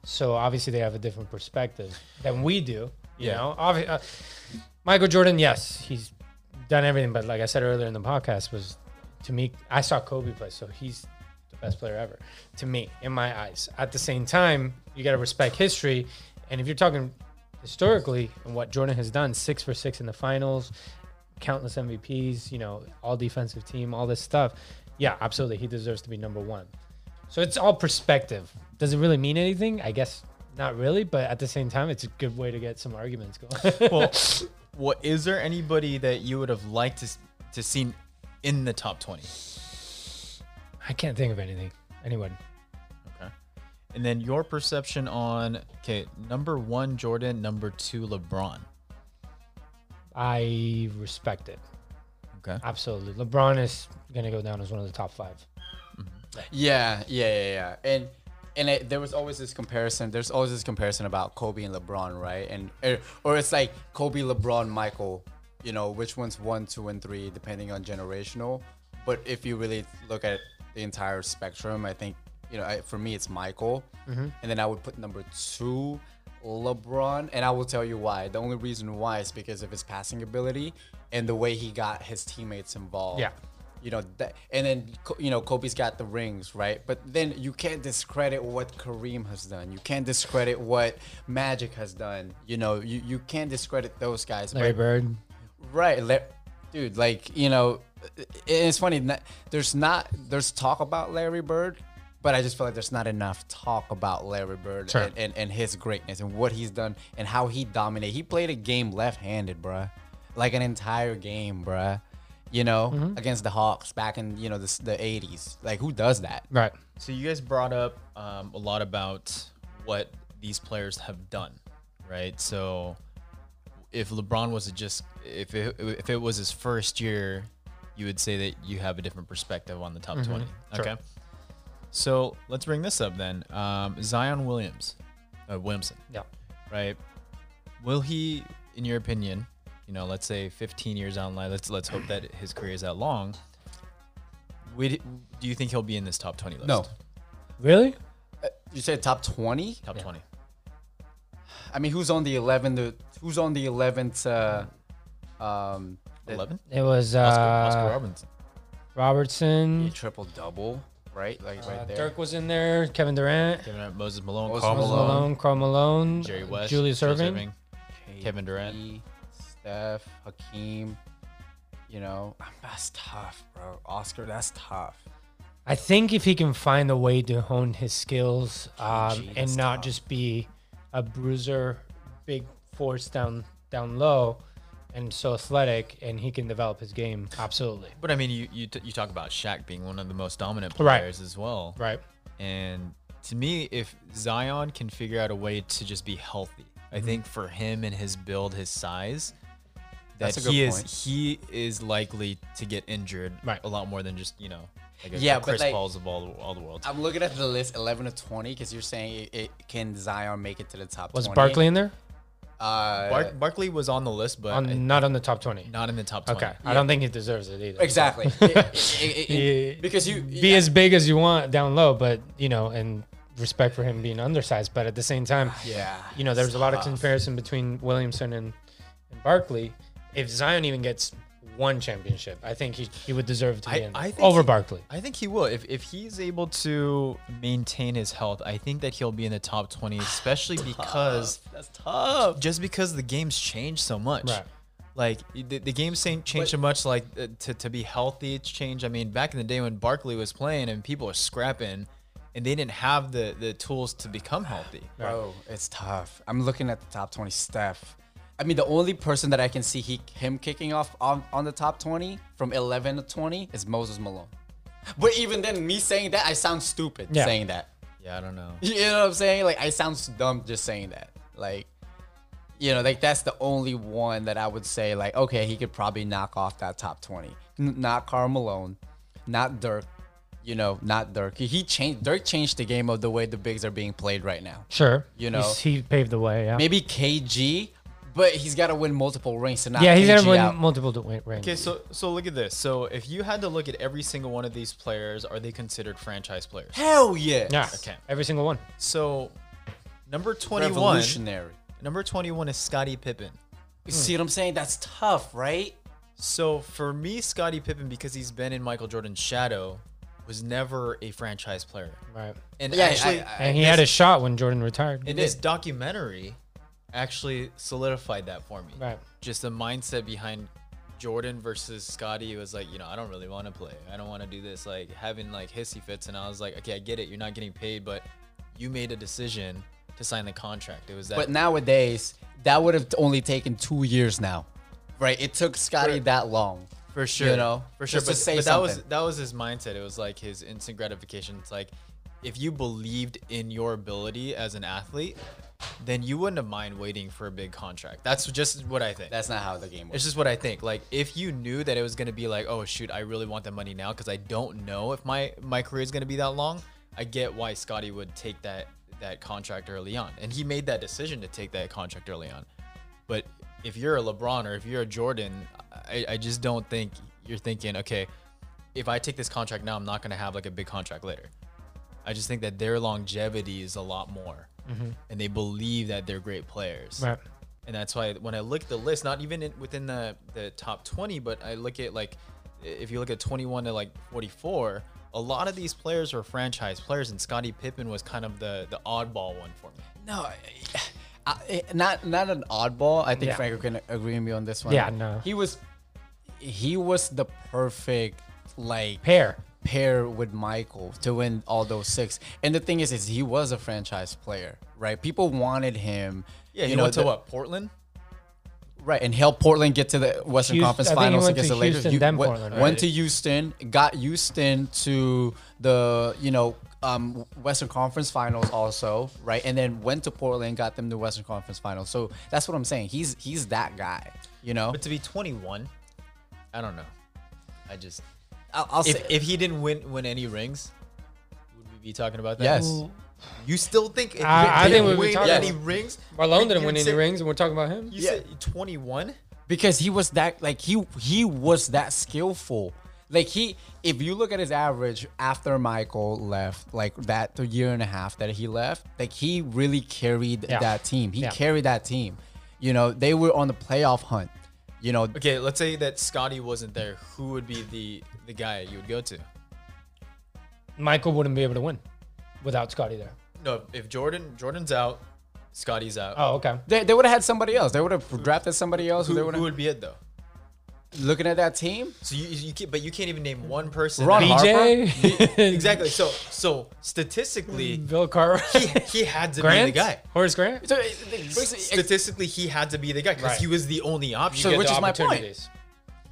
so obviously they have a different perspective than we do. You
Yeah.
know, Obvi- uh, Michael Jordan, yes, he's done everything, but like I said earlier in the podcast, was to me, I saw Kobe play, so he's the best player ever to me in my eyes. At the same time, you got to respect history, and if you're talking historically and what Jordan has done, six for six in the finals, countless MVPs, you know, all defensive team, all this stuff. Yeah, absolutely, he deserves to be number one. So it's all perspective. Does it really mean anything? I guess not really, but at the same time, it's a good way to get some arguments going. <laughs>
Well, what is there anybody that you would have liked to s- to seen in the top twenty?
I can't think of anything. Anyone?
Okay. And then your perception on okay, number one Jordan, number two LeBron.
I respect it.
Okay.
Absolutely. LeBron is gonna go down as one of the top five.
Yeah, yeah, yeah, yeah. And and it, there was always this comparison. There's always this comparison about Kobe and LeBron, right? And or, or it's like Kobe, LeBron, Michael. You know, which one's one, two, and three, depending on generational. But if you really look at the entire spectrum, I think you know, I, for me, it's Michael, and then I would put number two. LeBron, and I will tell you why. The only reason why is because of his passing ability and the way he got his teammates involved
Yeah.
you know that, and then Ko- you know Kobe's got the rings, right? But then you can't discredit what Kareem has done. You can't discredit what Magic has done. You know, you, you can't discredit those guys.
Larry
But-
Bird.
right le- dude like you know it- it's funny not, there's not there's talk about larry bird but i just feel like there's not enough talk about larry bird
Sure.
and, and, and his greatness and what he's done and how he dominated he played a game left-handed bruh like an entire game bruh you know against the hawks back in you know the, s- the 80s like who does that
Right.
So you guys brought up um, a lot about what these players have done, right? So if LeBron was to just if it, if it was his first year, you would say that you have a different perspective on the top twenty. Okay. So let's bring this up then. Um, Zion Williams, uh, Williamson,
Yeah.
right? Will he, in your opinion, you know, let's say 15 years down the line, let's let's hope that his career is that long. Would, do you think he'll be in this top 20 list?
no Uh,
Really?
you said top 20
Top 20.
i mean who's on the 11 to who's on the 11 to um
11?
It was uh,
Oscar, Oscar Robinson.
Robertson.
triple double right like
Mm-hmm. Uh,
right there
Dirk was in there. Kevin Durant.
Kevin Durant, Moses Malone,
Moses
Karl
Moses
Malone,
Malone. Carl Malone.
Jerry
uh,
West,
Julius
Chris
Irving.
Kevin Durant.
KD, Steph, Hakeem. You know, that's tough, bro. Oscar, that's tough.
I think if he can find a way to hone his skills um,
gee, that's
and not
tough.
just be a bruiser, big force down down low, and so athletic, and he can develop his game absolutely.
But I mean, you you, t- you talk about Shaq being one of the most dominant
Right.
players as well.
Right.
And to me, if Zion can figure out a way to just be healthy, I think for him and his build, his size, that
That's a good
he
point.
is he is likely to get injured
Right.
a lot more than just you know like a,
Yeah,
a
but
Chris
like-
Paul's of all the, all the world.
I'm looking at the list 11 to 20 because you're saying it, it can Zion make it to the top
Was
20?
Barkley in there?
Uh,
Bar- Barkley was on the list, but
On,
I-
not on the top twenty.
not in the top twenty.
Okay. I don't think he deserves it either. <laughs>
exactly. It- it- it- it-
Yeah.
because you.
Be as big as you want down low, but you know, and respect for him being undersized. But at the same time,
<sighs> yeah.
you know, there's a lot of comparison between Williamson and, and Barkley. If Zion even gets one championship, I think he, he would deserve to be
I-
in there.
I think
over
he-
Barkley.
I think he will. If if he's able to maintain his health, I think that he'll be in the top twenty, especially because
That's tough.
just because the game's changed so much.
Right.
Like the, the game's saying- changed so much. Like uh, to to be healthy, it's changed. I mean, back in the day when Barkley was playing and people were scrapping, and they didn't have the the tools to become healthy.
Bro, it's tough. I'm looking at the top 20 Steph. I mean, the only person that I can see he him kicking off on, on the top 20 from 11 to 20 is Moses Malone. But even then, me saying that, I sound stupid
Yeah.
saying that. <laughs>
Yeah, I don't know.
You know what I'm saying? Like, I sound dumb just saying that. Like, you know, like that's the only one that I would say, like, okay, he could probably knock off that top 20. N- not Carl Malone, not Dirk, you know, not Dirk. He changed, Dirk changed the game of the way the bigs are being played right now.
Sure.
You know. He's-
he paved the way. Yeah.
Maybe KG, but he's got to win multiple rings to not
yeah, he's
KG
going to win
out.
multiple to win rings.
Okay, so so look at this. So if you had to look at every single one of these players, are they considered franchise players?
Hell yeah.
yeah.
Okay.
Every single one.
So number twenty one.
Revolutionary.
Number 21 is Scottie Pippen.
Hmm.
You see what I'm saying? That's tough, right?
So for me, Scottie Pippen, because he's been in Michael Jordan's shadow, was never a franchise player.
Right.
And
Yeah, I-
actually,
I-
And he had a shot when Jordan retired.
and this documentary actually solidified that for me.
Right.
Just the mindset behind Jordan versus Scotty was like, you know, I don't really want to play. I don't want to do this. Like having like hissy fits, and I was like, okay, I get it. You're not getting paid, but you made a decision to sign the contract. It was that.
But nowadays, that would have only taken two years now, right? It took Scotty that long.
For sure,
know,
for sure.
just
but
to say
but that was
something.
that was his mindset. It was like his instant gratification. It's like if you believed in your ability as an athlete, then you wouldn't have mind waiting for a big contract. That's just what I think.
That's not how the game works.
It's just what I think. Like, if you knew that it was gonna be like, oh shoot, I really want that money now because I don't know if my my career is gonna be that long. I get why Scotty would take that that contract early on, and he made that decision to take that contract early on. But if you're a LeBron or if you're a Jordan, I, I just don't think you're thinking, okay, if I take this contract now, I'm not gonna have like a big contract later. I just think that their longevity is a lot more, and they believe that they're great players
Right.
and that's why when I look at the list, not even in, within the the top 20, but I look at like if you look at 21 to like 44, a lot of these players were franchise players, and Scottie Pippen was kind of the the oddball one for me.
no, <sighs> I- I, not not an oddball. I think
Yeah.
Franco can agree with me on this one.
Yeah, no.
He was, he was the perfect like
Pair.
pair with Michael to win all those six. And the thing is, is he was a franchise player, right? People wanted him.
Yeah,
you
you
know,
went to
the-
what Portland?
Right, and helped Portland get to the Western
Houston-
Conference
I think he
Finals
went
against
to
the Lakers.
Houston,
You-
then
went,
Portland,
went
right?
to Houston, got Houston to the you know um, Western Conference Finals also, right? And then went to Portland, got them to Western Conference Finals. So that's what I'm saying. He's he's that guy, you know.
But to be 21, I don't know. I just
I'll, I'll
if,
say
if he didn't win win any rings, would we be talking about that?
yes.
You still think if
I-
he
I think
didn't
we would be
win
talking
any
about-
rings?
Marlon didn't
you
win
would
any
say-
rings, and we're talking about him.
You said 21.
because he was that like he he was that skillful. Like he, if you look at his average after Michael left, like that the year and a half that he left, like he really carried
Yeah.
that team. He
Yeah.
carried that team. You know, they were on the playoff hunt. You know,
Okay, let's say that Scotty wasn't there. Who would be the the guy you would go to?
Michael wouldn't be able to win without Scotty there.
No, if Jordan Jordan's out, Scotty's out.
Oh, okay.
they, they would have had somebody else. They would have drafted somebody else. they
who,
would
who
have
would be it though?
looking at that team.
So you, you can, but you can't even name one person.
Ron
that-
<laughs> BJ,
exactly. So so statistically,
Bill Carr,
he, he had to
<laughs> Grant,
be the guy.
Horace Grant.
So, it- it- basically,
Statistically, he had to be the guy because
Right.
he was the only option
So which is my point.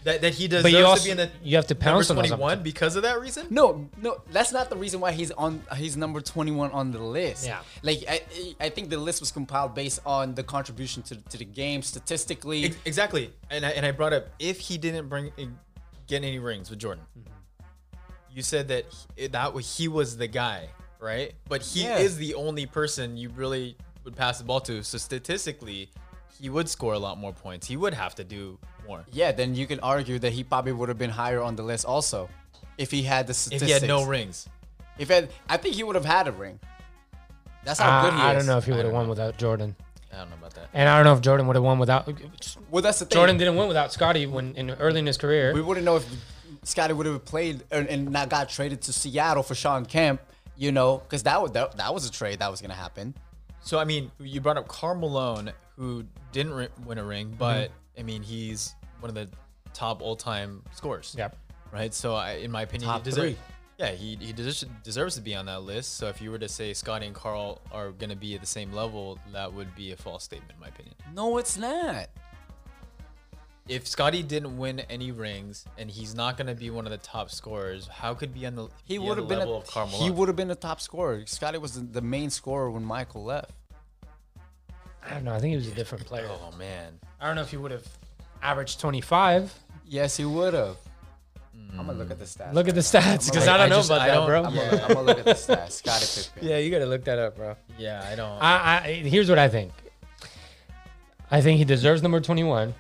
that, that he deserves
But you
to
also-
be in the
you have to
number
pounce on those
21
opportunities.
because of that reason.
No, no, that's not the reason why he's on. He's number twenty-one on the list.
Yeah.
like I, I think the list was compiled based on the contribution to, to the game statistically.
Ex- exactly. And I, and I brought up if he didn't bring eh, get any rings with Jordan,
Mm-hmm.
you said that he, that wa- he was the guy, right? But he
Yeah.
is the only person you really would pass the ball to. So statistically, he would score a lot more points. He would have to do more
yeah, then you can argue that he probably would have been higher on the list also, if he had the
if
statistics.
he had no rings.
If he had, I think he would have had a ring. That's how
I,
good he is.
Uh, I don't know if he would have
don't
won without Jordan,
I don't know about that.
and I don't know if Jordan would have won without.
Well, that's the thing.
Jordan didn't win without Scotty when in early in his career.
We wouldn't know if Scotty would have played and, and not got traded to Seattle for Sean Kemp. You know, because that, would- that that was a trade that was gonna happen.
So I mean, you brought up Karl Malone, who didn't ri- win a ring, but
Mm-hmm.
I mean, he's one of the top all-time scorers.
Yep.
Right. So I, in my opinion,
Top
he deser-
three.
Yeah, he he deserves, deserves to be on that list. So if you were to say Scotty and Carl are going to be at the same level, that would be a false statement, in my opinion.
No, it's not.
If Scotty didn't win any rings and he's not going to be one of the top scorers, how could be on the
He
be on
would have
the
been
level
a,
of Carl
he
Malone?
would have been the top scorer. Scotty was the, the main scorer when Michael left.
I don't know. I think he was a different player.
Oh man,
I don't know if he would have averaged 25.
Yes, he would have. I'm gonna look at the stats.
Look at the stats, because I
I
don't know
just-
about
I
that,
don't-
bro.
I'm gonna, I'm gonna look at the stats. Scotty
<laughs>
Pippen.
you gotta look that up, bro.
yeah, I don't.
I, I here's what I think. I think he deserves number 21.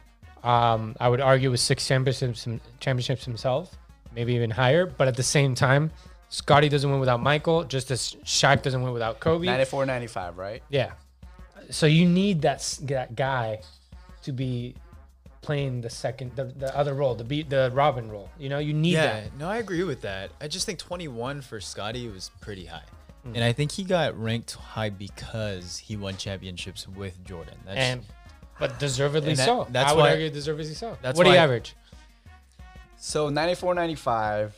Um, I would argue with six championships, championships himself, maybe even higher. But at the same time, Scotty doesn't win without Michael, just as Shaq doesn't win without Kobe.
94, 95, right?
Yeah. so you need that s- that guy to be playing the second the, the other role, the beat the Robin role. You know, you need
Yeah,
that.
no, I agree with that. I just think 21 for Scotty was pretty high. And I think he got ranked high because he won championships with Jordan. That's,
And but deservedly
And that-
so.
that's
I would
why-
argue deservedly so.
that's
what do you
why-
average?
So 94, 95.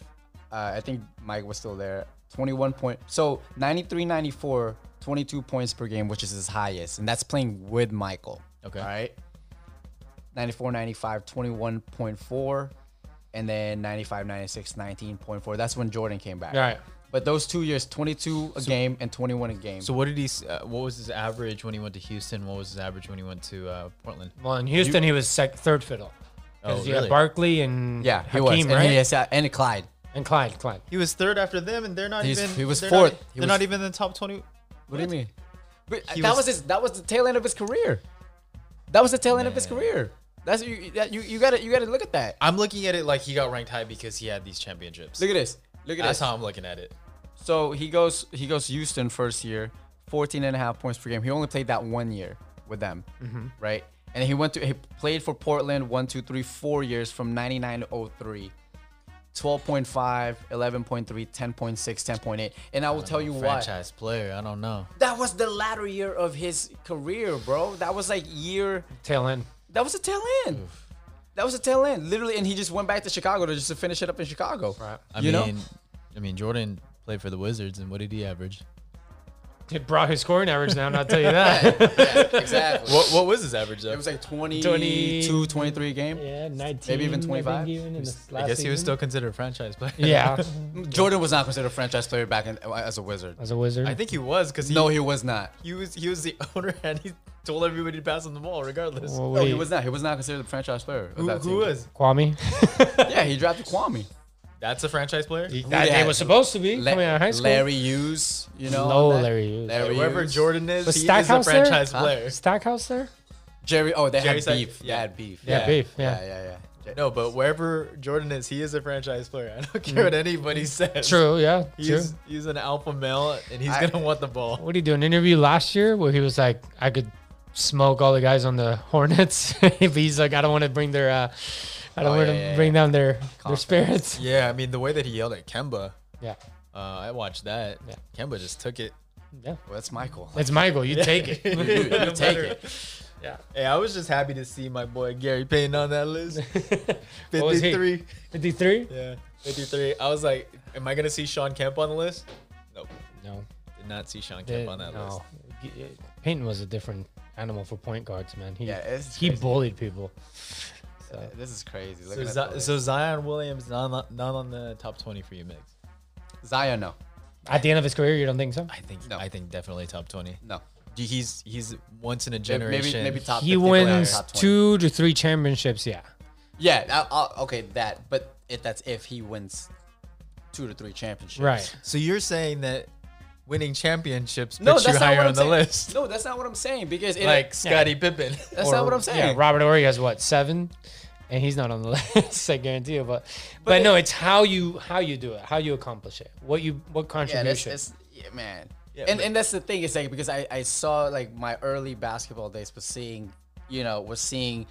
Uh, I think Mike was still there. 21 point. So 93, 94, 22 points per game, which is his highest. And that's playing with Michael.
Okay.
All right. 94, 95, 21.4. And then 95, 96, 19.4. That's when Jordan came back.
All right.
But those two years, 22 a game and 21 a game.
so what did he? s- Uh, what was his average when he went to Houston? What was his average when he went to uh, Portland?
Well, in Houston, he was sec- third fiddle. Because
Oh,
you
really?
had Barkley and
yeah, he
Hakeem,
was. And,
right?
he has- uh, and Clyde.
And Clyde, Clyde.
He was third after them, and they're not
He's-
even.
he was
they're
fourth.
Not,
He
they're
was-
not even in the top 20.
What, do you mean? But
He
that was,
was-
his. That was the tail end of his career. That was the tail end of his
Man.
career. That's you. That, you you gotta you gotta look at that.
I'm looking at it like he got ranked high because he had these championships.
Look at this. Look at
That's
this.
how I'm looking at it.
So he goes he goes Houston first year, 14 and a half points per game. He only played that one year with them, right? And he went to he played for Portland one two three four years from oh 99 to 03. 12.5, 11.3, 10.6, 10.8. And I will tell you why.
Franchise player. I don't know.
That was the latter year of his career, bro. That was like year
Tail end.
That was a tail end. That was a tail end, literally. And he just went back to Chicago to just to finish it up in Chicago.
Right.
I
You know?
mean, I mean, Jordan played for the Wizards, and what did he average?
It brought his scoring average down, I'll tell you that.
<laughs> exactly.
What, what was his average though?
it was like 22,
20
23 a game.
yeah, 19.
Maybe even 25.
I guess he was still considered a franchise player.
Yeah.
Jordan was not considered a franchise player back in, uh, as a Wizard.
<laughs> As a wizard.
<laughs> I think he was because he,
No, he was not.
he was he was the <laughs> owner and he told everybody to pass on the ball regardless.
Well,
No, he
wait,
was not. He was not considered a franchise player. of
who
that
who
team.
was?
<laughs>
Kwame.
Yeah, he drafted Kwame.
That's a franchise player.
That-
they
they
had?
were supposed to be
La-
coming out of high school.
Larry Hughes, you know.
No,
all that.
Larry Hughes.
Larry
Whoever
Hughes.
Jordan is,
Was
he is a
Stackhouse there?
franchise
Huh?
player.
Stackhouse there?
Jerry. Oh, they
Jerry
had
Seid-
beef.
yeah.
They had beef.
Yeah, beef. Yeah.
Yeah, yeah, yeah. Je-
No, but wherever Jordan is, he is a franchise player. <laughs> I don't care what anybody says.
True, yeah. True.
He's he's an alpha male and he's
I-
gonna want the ball.
What did he do? An interview last year where he was like, I could smoke all the guys on the <laughs> Hornets. but he's like, I don't want to bring their, uh, I don't
Oh,
want
yeah,
to
yeah,
bring
yeah.
down their, their
Confidence.
spirits.
Yeah, I mean the way that he yelled at Kemba,
Yeah.
uh, I watched that.
Yeah.
Kemba just took it.
Yeah.
Well, that's Michael.
It's Michael. You <laughs> take
<laughs>
it.
<laughs> You, you
<laughs>
take it.
Hey, I was just happy to see my boy Gary Payton on that list.
<laughs> What was he?
53.
53?
Yeah, 53. I was like, am I going to see Sean Kemp on the list? Nope.
No.
Did not see Sean
They-
Kemp on that list.
no. G- uh, Peyton was a different animal for point guards, man. He,
Yeah, it's
he
crazy.
bullied people.
This is crazy.
So,
Look at
Z-
that.
so Zion Williams not on, not on the top 20 for you, Migs.
Zion, no.
At the end of his career, you don't think so?
I think
No.
I think definitely top 20.
No.
He's he's once in a
Maybe-
generation.
Maybe maybe top.
He
50 player,
wins
top 20.
two to three championships, yeah.
Yeah. I- I'll- okay, that. But if that's if he wins two to three championships.
Right.
So you're saying that winning championships
No,
puts
that's
you
not
higher
what I'm
on the
saying.
list.
<laughs> No, that's not what I'm saying because it,
Like Scottie Pippen.
that's not what I'm saying.
Yeah, Robert Ory has what seven, and he's not on the <laughs> list. I guarantee you. But but,
it-
no, it's how you how you do it, how you accomplish it, what you what
Yeah, that's,
contribution.
that's yeah, man.
Yeah,
and
but-
and that's the thing is like because I, I saw like my early basketball days was seeing you know was seeing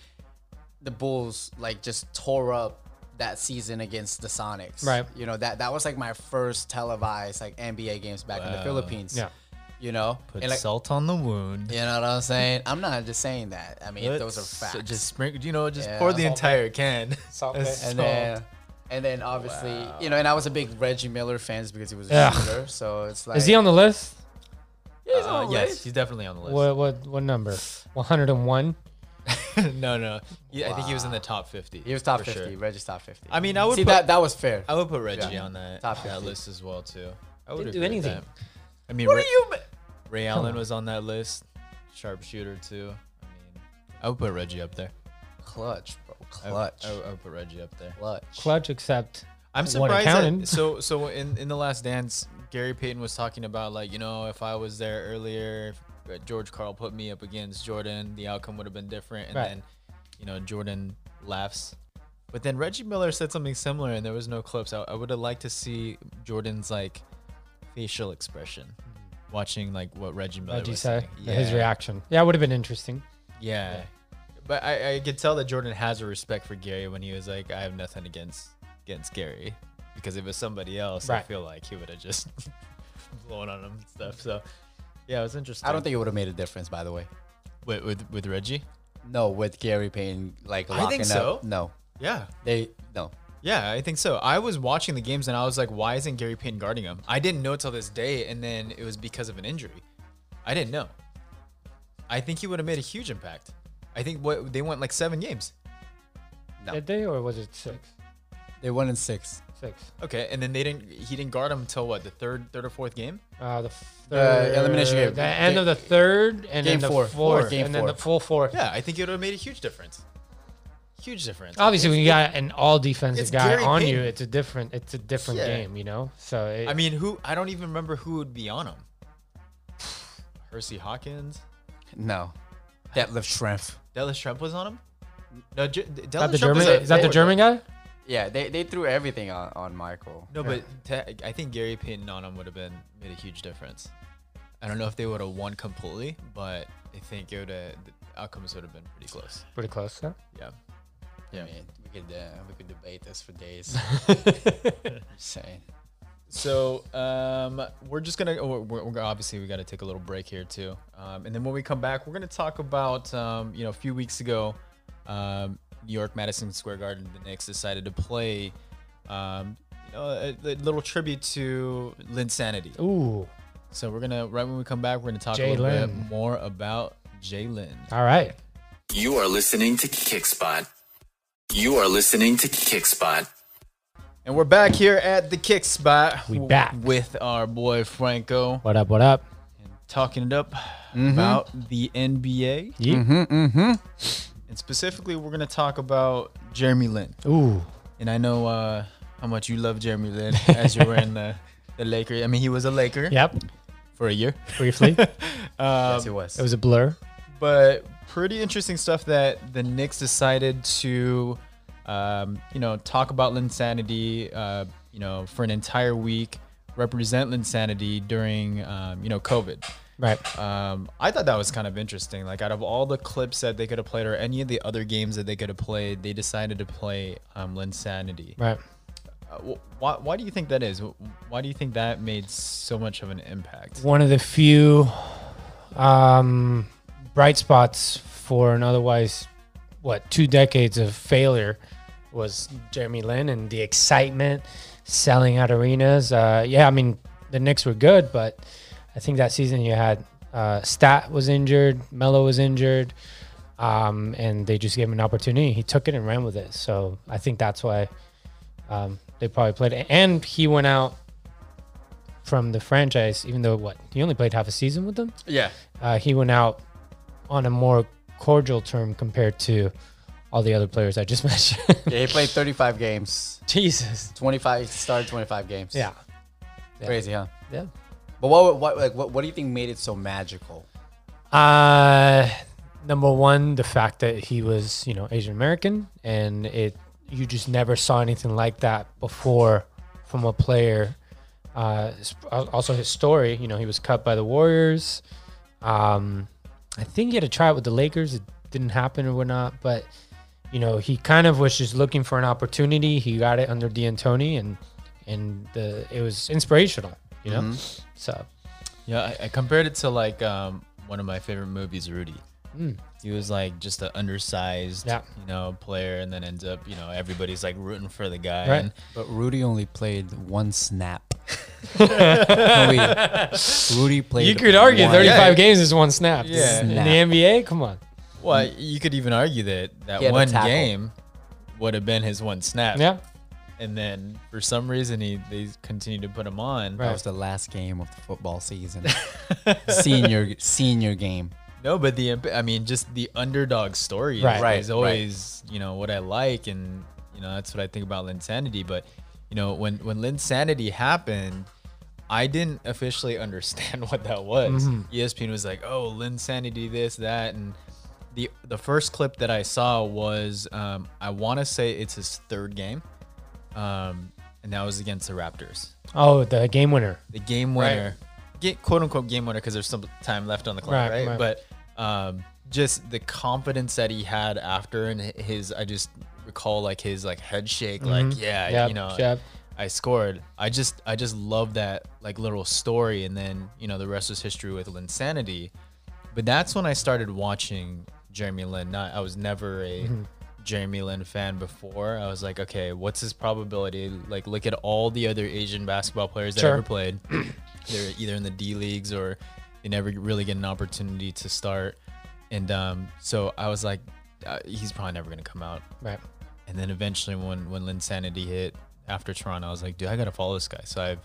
the Bulls like just tore up that season against the Sonics.
Right.
You know that that was like my first televised like NBA games back in the
Wow.
Philippines.
Yeah.
You know,
Put
And, like,
salt on the wound.
you know what I'm saying. I'm not just saying that. I mean, those are
Let's-
facts.
so just sprinkle, you know, just
Yeah.
pour the
Salt
entire
<laughs>
can. <laughs>
Salt
That's
Bae.
salt.
and then and then obviously you know, and I was a big Reggie Miller fans because he was a
Ugh.
shooter. So it's like
Is he on the list?
Yeah, he's
Uh,
on the
yes,
list.
he's definitely on the list.
What what what number? One hundred and one.
<laughs> no, no. Yeah, I think he was in the top 50.
He was top
for sure.
50. Reggie's top 50.
I mean, I would
see
put-
that that was fair.
I would put Reggie
Yeah.
on that,
Top
that
50.
list as well, too. I would
Didn't do
agree with
anything.
that. I mean, Ray, Ray Allen was on that list. Sharpshooter, too. I mean, I would put Reggie up there.
clutch, bro.
I would-
Clutch.
I, would- I would put Reggie up there.
clutch.
Clutch except
I'm
One
surprised.
accountant.
That, so, so in, in the last dance, Gary Payton was talking about like you know if I was there earlier, if uh, George Carl put me up against Jordan, the outcome would have been different. And
Right.
then, you know, Jordan laughs. But then Reggie Miller said something similar, and there was no clips. I, I would have liked to see Jordan's like facial expression watching like what Reggie Miller
Mm-hmm. Reggie
was
said
saying.
his reaction. Yeah, it would have been interesting.
Yeah. But I, I could tell that Jordan has a respect for Gary when he was like, I have nothing against against Gary. Because if it was somebody else, I
Right.
feel like he would have just <laughs> blown on him and stuff. So yeah, it was interesting.
I don't think it would have made a difference, by the way.
with with, with Reggie.
No, with Gary Payne like
I
locking
think so.
up. No,
Yeah.
they no.
Yeah, I think so. I was watching the games and I was like, why isn't Gary Payton guarding him? I didn't know till this day, and then it was because of an injury. I didn't know. I think he would have made a huge impact. I think what they went like seven games.
No.
Did they or was it six?
They won in six.
Six.
Okay, and then they didn't. He didn't guard him until what the third, third or fourth game.
Uh, the
The
third,
elimination game.
The end of the third and then
Game
the
four.
fourth,
Fourth, game
and then
four.
the full fourth.
Yeah, I think it would have made a huge difference. Huge difference.
Obviously, when you got an all
it's
defensive guy
Gary
on you,
Payton.
it's a different it's a different
Yeah.
game, you know. So it,
I mean, who? I don't even remember who would be on him. <sighs> Hersey Hawkins.
No, Detlef Schrempf.
Dallas Trump was on him. No, J- Dallas
is that the
Schrempf
German?
was a
Is that the
forward.
German guy?
Yeah, they, they threw everything on, on Michael.
No, but te- I think Gary Payton on him would have been made a huge difference. I don't know if they would have won completely, but I think it would have the outcomes would have been pretty close.
Pretty close. Huh?
Yeah.
I mean, we could uh, we could debate this
<laughs>
for days. Saying
So um, we're just gonna oh, we're, we're obviously we got to take a little break here too, um, and then when we come back, we're gonna talk about um, you know a few weeks ago, um, New York Madison Square Garden, the Knicks decided to play, um, you know, a, a little tribute to Lynn Sanity.
Ooh.
So we're gonna right when we come back, we're gonna talk a little bit
Jalen.
more about Jalen.
All right.
You are listening to Kickspot. You are listening to Kickspot.
And we're back here at the Kick Spot.
We
w-
back.
with our boy Franco,
What up? What up?
talking it up about the NBA.
Yeah.
And specifically, we're going to talk about Jeremy Lin.
Ooh.
And I know uh, how much you love Jeremy Lin as you were in the, the Laker. I mean, he was a Laker
Yep.
for a year. <laughs>
Briefly, it
yes, it was.
Um, was a blur.
But pretty interesting stuff that the Knicks decided to, um, you know, talk about Linsanity, uh, you know, for an entire week, represent Linsanity during, um, you know, COVID.
Right.
Um, I thought that was kind of interesting. Like out of all the clips that they could have played, or any of the other games that they could have played, they decided to play um, Linsanity.
Right.
Uh, wh- why, why do you think that is? Wh- Why do you think that made so much of an impact?
One of the few um, bright spots for an otherwise what two decades of failure was Jeremy Lin and the excitement, selling out arenas. Uh, yeah, I mean the Knicks were good, but I think that season you had uh, Stat was injured, Melo was injured, um, and they just gave him an opportunity. He took it and ran with it. So I think that's why um, they probably played. it. And he went out from the franchise, even though what he only played half a season with them
Yeah,
uh, he went out on a more cordial term compared to all the other players I just <laughs> mentioned.
yeah. He played 35 games.
Jesus.
25 started 25 games.
Yeah.
crazy, huh?
Yeah.
But what what like what, what do you think made it so magical?
Uh, number one, the fact that he was, you know, Asian American, and it you just never saw anything like that before from a player. Uh, s- al- also his story, you know, he was cut by the Warriors. Um, I think he had a try with the Lakers. It didn't happen or whatnot, but you know, he kind of was just looking for an opportunity. He got it under D'Antoni, and and the it was inspirational, you know. So
Yeah, I, I compared it to like um, one of my favorite movies, Rudy. He was like just an undersized,
Yeah.
you know, player, and then ends up, you know, everybody's like rooting for the guy.
Right.
And
But Rudy only played one <laughs> snap. Rudy played.
you could argue
one-
35
Yeah.
games is one snap.
Yeah.
In the
Snap.
NBA, come on.
well, you could even argue that that
He had a
one
tackle.
game would have been his one snap.
Yeah.
And then for some reason, he they continued to put him on.
That
Right.
was the last game of the
<laughs>
football season. senior senior game.
No, but the imp- I mean, just the underdog story
Right.
is,
Right,
is
right.
always you know what I like, and you know that's what I think about Linsanity. But you know when when Linsanity happened, I didn't officially <laughs> understand what that was.
Mm-hmm.
ESPN was like, "Oh, Linsanity, this, that," and the the first clip that I saw was um, I want to say it's his third game, um, and that was against the Raptors
Oh, the game winner.
the game
Right.
winner get quote unquote game winner because there's some time left on the clock,
Right,
right?
right.
But um, just the confidence that he had after and hi- his, I just recall like his like head shake, like yeah,
Mm-hmm. Yep,
you know,
yep.
I scored. I just I just love that like little story, and then you know the rest was history with Linsanity. But that's when I started watching Jeremy Lin. Not I was never a Jeremy Lin fan before. I was like, okay, what's his probability? Like, look at all the other Asian basketball players that
Sure.
ever played. <clears throat> They're either in the D leagues or they never really get an opportunity to start. And um, so I was like, uh, he's probably never gonna come out.
Right.
And then eventually, when when Linsanity hit after Toronto, I was like, dude, I gotta follow this guy. So I've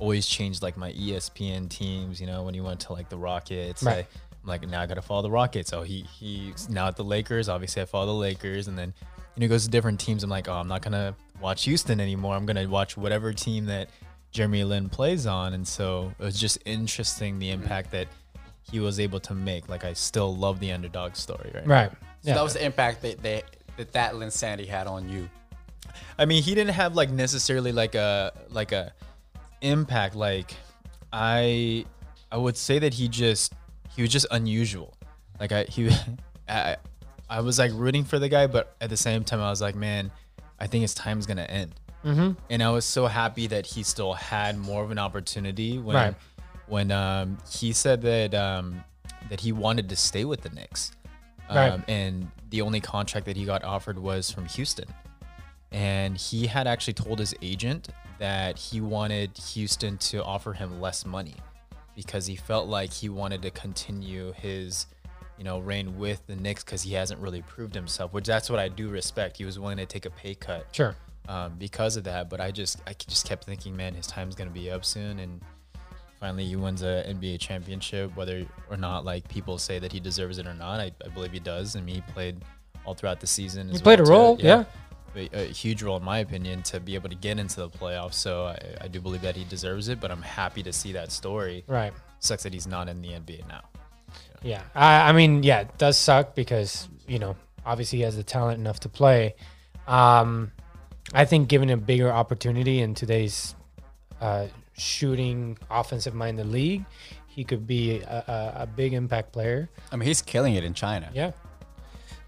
always changed like my E ESPN teams. You know, when he went to like the Rockets, I,
Right.
I'm like, now I gotta follow the Rockets. Oh, he he's now at the Lakers. Obviously, I follow the Lakers, and then you know he goes to different teams. I'm like, oh, I'm not gonna watch Houston anymore. I'm gonna watch whatever team that Jeremy Lin plays on. And so it was just interesting the impact that he was able to make. Like I still love the underdog story, right?
Right.
So
Yeah.
that was the impact that that that, that Linsanity had on you.
I mean, he didn't have like necessarily like a like a impact. Like I I would say that he just he was just unusual. Like I he <laughs> I I was like rooting for the guy, but at the same time I was like, man, I think his time's gonna end. Mm-hmm. And I was so happy that he still had more of an opportunity when
Right.
when um, he said that um, that he wanted to stay with the Knicks. Um,
Right.
And the only contract that he got offered was from Houston and he had actually told his agent that he wanted Houston to offer him less money because he felt like he wanted to continue his, you know, reign with the Knicks because he hasn't really proved himself. Which that's what I do respect. He was willing to take a pay cut
sure.
um, because of that. But I just I just kept thinking, man, his time's gonna be up soon, and finally he wins a NBA championship, whether or not like people say that he deserves it or not. I, I believe he does. I mean, he played all throughout the season. He
played a role,
A, a huge role in my opinion to be able to get into the playoffs. So I, I do believe that he deserves it. But I'm happy to see that story.
Right.
Sucks that he's not in the NBA now.
Yeah. I, I mean, yeah, it does suck because, you know, obviously he has the talent enough to play. Um, I think given a bigger opportunity in today's uh, shooting offensive minded league, he could be a, a, a big impact player.
I mean, he's killing it in China.
Yeah.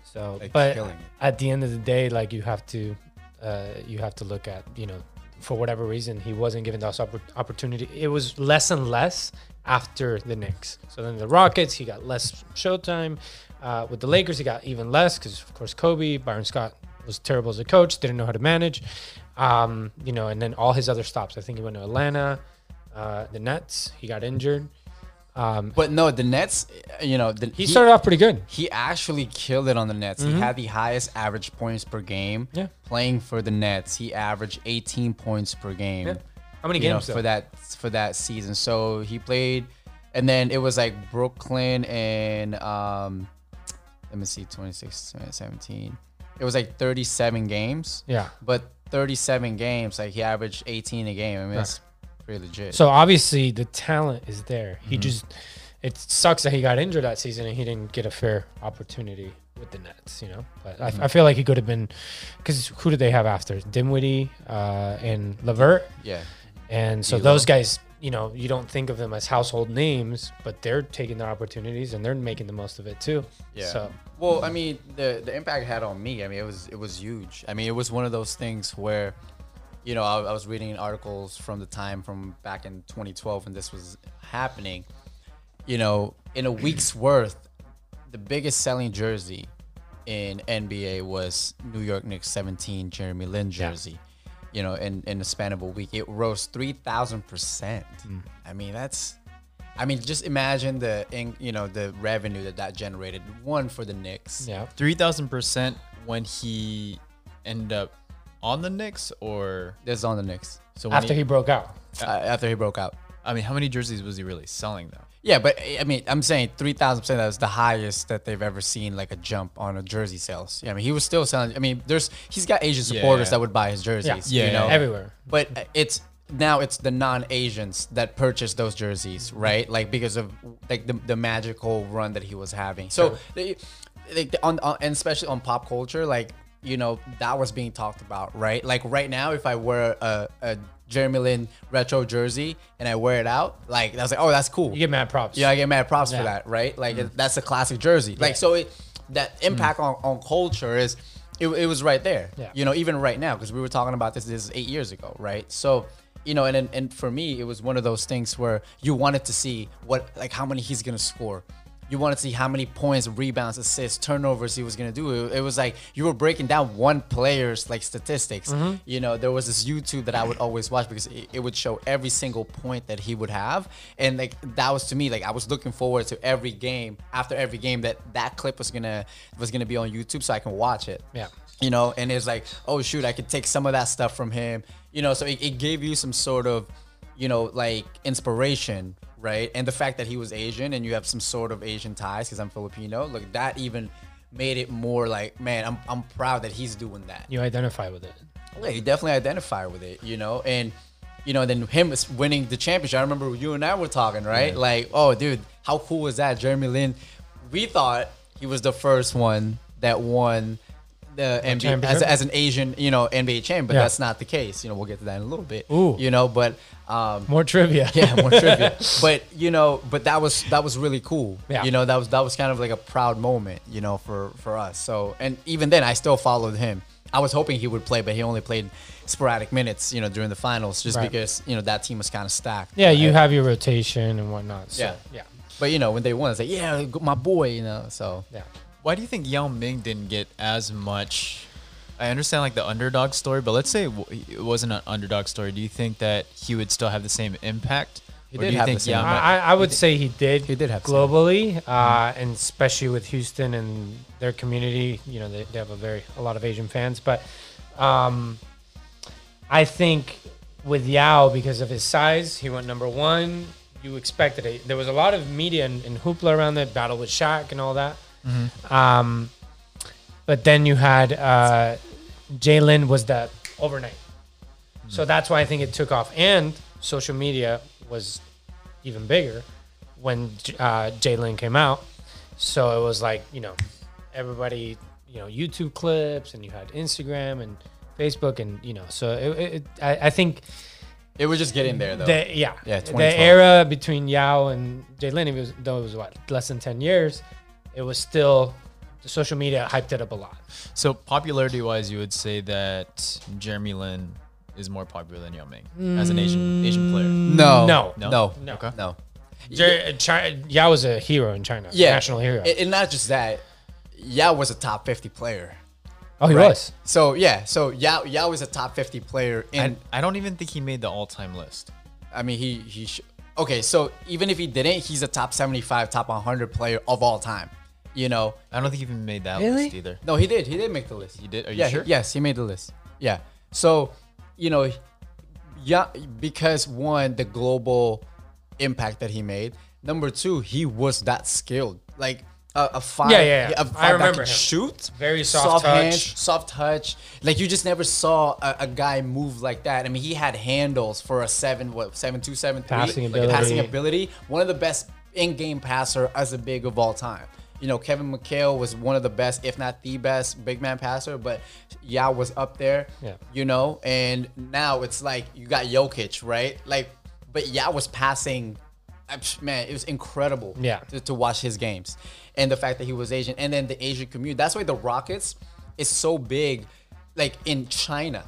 So,
Like,
but
killing it.
at the end of the day, like you have to, uh, you have to look at, you know, for whatever reason he wasn't given those oppor- opportunity. It was less and less after the Knicks. So then the Rockets, he got less showtime. Uh, with the Lakers, he got even less because of course Kobe, Byron Scott was terrible as a coach, didn't know how to manage, um, you know, and then all his other stops. I think he went to Atlanta, uh, the Nets. He got injured.
But no, the Nets, you know, the,
He started off pretty good.
He actually killed it on the Nets. He had the highest average points per game.
Yeah.
Playing for the Nets, he averaged 18 points per game.
How many
you know,
games though?
for that for that season. So he played, and then it was like Brooklyn and um, let me see, 26, 17. It was like 37 games.
Yeah.
But 37 games, like he averaged 18 a game. I mean, that's pretty legit.
So obviously the talent is there. He
Mm-hmm.
just it sucks that he got injured that season and he didn't get a fair opportunity with the Nets, you know. But I,
Mm-hmm.
I feel like he could have been because who did they have after Dimwitty uh, and Levert,
yeah.
and so
D'Lo.
those guys, you know, you don't think of them as household names, but they're taking their opportunities and they're making the most of it too.
Yeah.
So
well, I mean, the the impact it had on me. I mean, it was it was huge. I mean, it was one of those things where, you know, I, I was reading articles from the time from back in 2012 when this was happening. You know, in a week's worth, the biggest selling jersey in NBA was New York Knicks 17 Jeremy Lin jersey. You know, in in the span of a week, it rose three thousand percent. I mean, that's I mean, just imagine the in, you know the revenue that that generated. One for the Knicks.
yeah,
Three thousand percent when he ended up on the Knicks or
This is on the Knicks
so when
after he broke out,
uh, after he broke out.
I mean, how many jerseys was he really selling though?
Yeah, but I I mean, I'm saying three thousand percent. That was the highest that they've ever seen, like a jump on a jersey sales. Yeah, I mean, he was still selling. I mean, there's he's got Asian supporters
Yeah.
that would buy his
yeah,
jerseys.
Yeah,
you know,
everywhere.
but uh, it's now it's the non-asians that purchase those jerseys right like because of like the, the magical run that he was having so they, like on, on and especially on pop culture like you know that was being talked about right like right now if i were a, a Jeremy Lin retro jersey and I wear it out, like that's like, oh, that's cool.
You get mad props.
Yeah, I get mad props
Yeah. Mm.
for that, right? Like it- that's a classic jersey. Like so, it, that impact on, on culture is it, it was right there.
Yeah.
You know, even right now because we were talking about this this is eight years ago, right? So you know, and and- and for me, it was one of those things where you wanted to see what like how many he's gonna score. You wanted to see how many points, rebounds, assists, turnovers he was gonna do. It, it was like you were breaking down one player's like statistics. You know, there was this YouTube that I would always watch because it, it would show every single point that he would have, and like that was to me like I was looking forward to every game after every game that that clip was gonna was gonna be on YouTube so I can watch it.
Yeah.
You know, and it's like, oh shoot, I could take some of that stuff from him. You know, so it, it gave you some sort of, you know, like inspiration, right? And the fact that he was Asian and you have some sort of Asian ties because I'm Filipino, look, that even made it more like, man, I'm, I'm proud that he's doing that.
You identify with it.
Yeah, you definitely identify with it, you know, and you know, then him is winning the championship. I remember you and I were talking, right? Like, oh, dude, how cool was that? Jeremy Lin, we thought he was the first one that won the NBA as,
championship?
as an Asian, you know, NBA champion, but
Yeah.
that's not the case. You know, we'll get to that in a little bit.
Ooh.
you know, but um,
More trivia. <laughs>
yeah, more trivia. <laughs> But you know, but that was that was really cool.
Yeah.
You know, that was that was kind of like a proud moment, you know, for for us. So and even then I still followed him. I was hoping he would play, but he only played sporadic minutes, you know, during the finals just
Right.
because, you know, that team was kind of stacked.
Yeah, you
right?
have your rotation and whatnot. So,
Yeah.
yeah,
But you know, when they won, it's like, yeah, my boy, you know. So
yeah.
Why do you think Yao Ming didn't get as much? I understand like the underdog story, but let's say it w- it wasn't an underdog story. Do you think that he would still have the same impact? He
did
do you
have
think
the same
Yao
impact.
Mi-
I, I I would say he did. He
did have some. Mm-hmm.
globally, uh, and especially with Houston and their community. You know, they, they have a very a lot of Asian fans, but um, I think with Yao because of his size, he went number one. You expected it. There was a lot of media and, and hoopla around that battle with Shaq and all that.
Mm-hmm.
Um, but then you had uh, Jalen was the overnight.
Mm-hmm.
So that's why I think it took off. And social media was even bigger when uh, Jalen came out. So it was like, you know, everybody, you know, YouTube clips and you had Instagram and Facebook and, you know, so it, it, it- I, I think
it was just getting there though.
the, yeah,
Yeah,
the
2012.
era between Yao and Jalen, it was, though it was what, less than 10 years, it was still, the social media hyped it up a lot.
so popularity wise, you would say that Jeremy Lin is more popular than Yao Ming as an
Mm.
Asian Asian player.
no.
No.
No.
No. No.
No.
Okay.
no.
Jer- Chi- Yao was a hero in China,
Yeah.
national hero.
And, and not just that, Yao was a top fifty player.
oh, he
right?
was.
So yeah, so Yao Yao is a top fifty player in
And I don't even think he made the all-time list.
I mean, he he. Sh- okay, so even if he didn't, he's a top seventy-five, top one hundred player of all time. You know?
I don't think he even made that
Really?
list either.
No, he did. He did make the list.
He did? Are you
yeah,
sure?
He, yes, he made the list. Yeah. So, you know, yeah, because one, the global impact that he made. Number two, he was that skilled. Like a, a five.
Yeah, yeah, yeah.
A
I
five that
remember
could
him.
Shoot.
Very soft touch.
soft touch. Like you just never saw a, a guy move like that. I mean, he had handles for a seven, what seven two, seven three,
Passing
like a passing
ability.
ability. One of the best in-game passer as a big of all time. You know, Kevin McHale was one of the best, if not the best, big man passer. But Yao was up there.
Yeah.
You know, and now it's like you got Jokic, right? Like, but Yao was passing. I- psh, Man, it was incredible.
Yeah.
To, to watch his games, and the fact that he was Asian, and then the Asian community. That's why the Rockets is so big, like in China.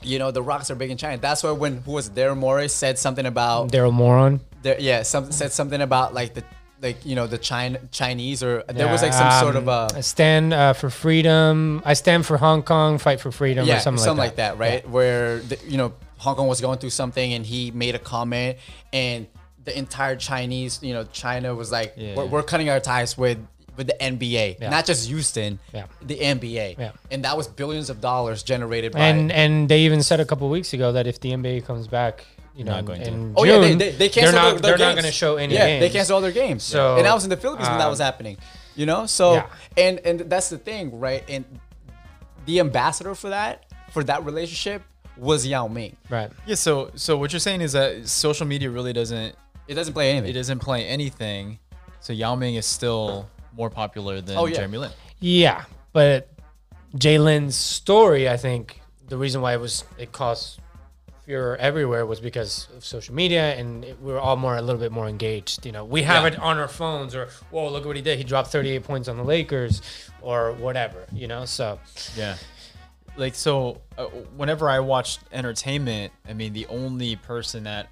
You know, the Rockets are big in China. That's why when who was Daryl Morris said something about
Daryl Moron.
there, yeah, some said something about like the like you know the China Chinese or there was like some
Yeah,
sort of
um,
a
I stand uh, for freedom. I stand for Hong Kong. Fight for freedom
yeah
or something, like that.
right? Where the, you know Hong Kong was going through something and he made a comment and the entire Chinese you know China was like we're,
yeah.
we're cutting our ties with with the NBA,
Yeah.
not just Houston,
Yeah.
the NBA,
Yeah.
and that was billions of dollars generated by
And and they even said a couple weeks ago that if the NBA comes back, you know,
Not
in,
going to.
in
Oh
June,
yeah, they, they, they
they're
canceled
not
their, their
they're not
games.
going to show any
Yeah,
games.
they canceled all their games.
So,
and I was in the Philippines when that
um,
was happening. You know, so
Yeah.
and and that's the thing, right? And the ambassador for that for that relationship was Yao Ming.
Right.
Yeah. So so what you're saying is that social media really doesn't
It doesn't play anything.
it doesn't play anything. So Yao Ming is still more popular than
Oh, yeah.
Jeremy Lin.
Yeah, but Jalen's story, I think, the reason why it was it caused we were everywhere was because of social media, and it, we were all more a little bit more engaged. You know, we have it on our phones, or whoa, look what he did! He dropped 38 points on the Lakers, or whatever. You know, so
Yeah. Like so, uh, whenever I watched entertainment, I mean, the only person that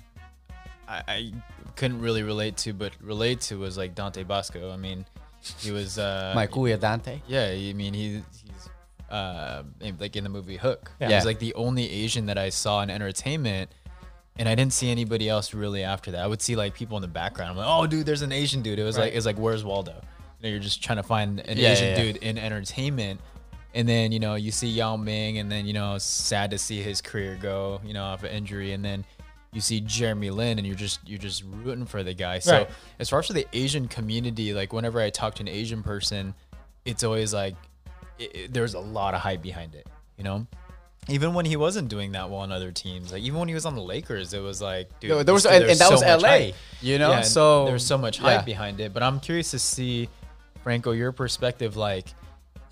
I, I couldn't really relate to, but relate to was like Dante Bosco. I mean, he was uh,
My cuya Dante.
Yeah, I mean, he, he's uh, in- like in the movie Hook.
Yeah.
He was like the only Asian that I saw in entertainment, and I didn't see anybody else really after that. I would see like people in the background. I'm like, oh, dude, there's an Asian dude. It was like,
Right.
it's like, where's Waldo? You know, you're just trying to find an
Yeah,
Asian
yeah, yeah.
dude in entertainment. And then you know you see Yao Ming, and then you know it's sad to see his career go, you know, off an injury, and then you see Jeremy Lin, and you're just you're just rooting for the guy. So
Right.
as far as for the Asian community, like whenever I talk to an Asian person, it's always like it, it- there's a lot of hype behind it, you know. Even when he wasn't doing that well on other teams, like even when he was on the Lakers, it was like, dude,
No, there was-
this-
and-
there's
and that was
much
LA,
hype.
you know?
and
So-
there's so much hype
yeah.
behind it. But I'm curious to see, Franco, your perspective. Like,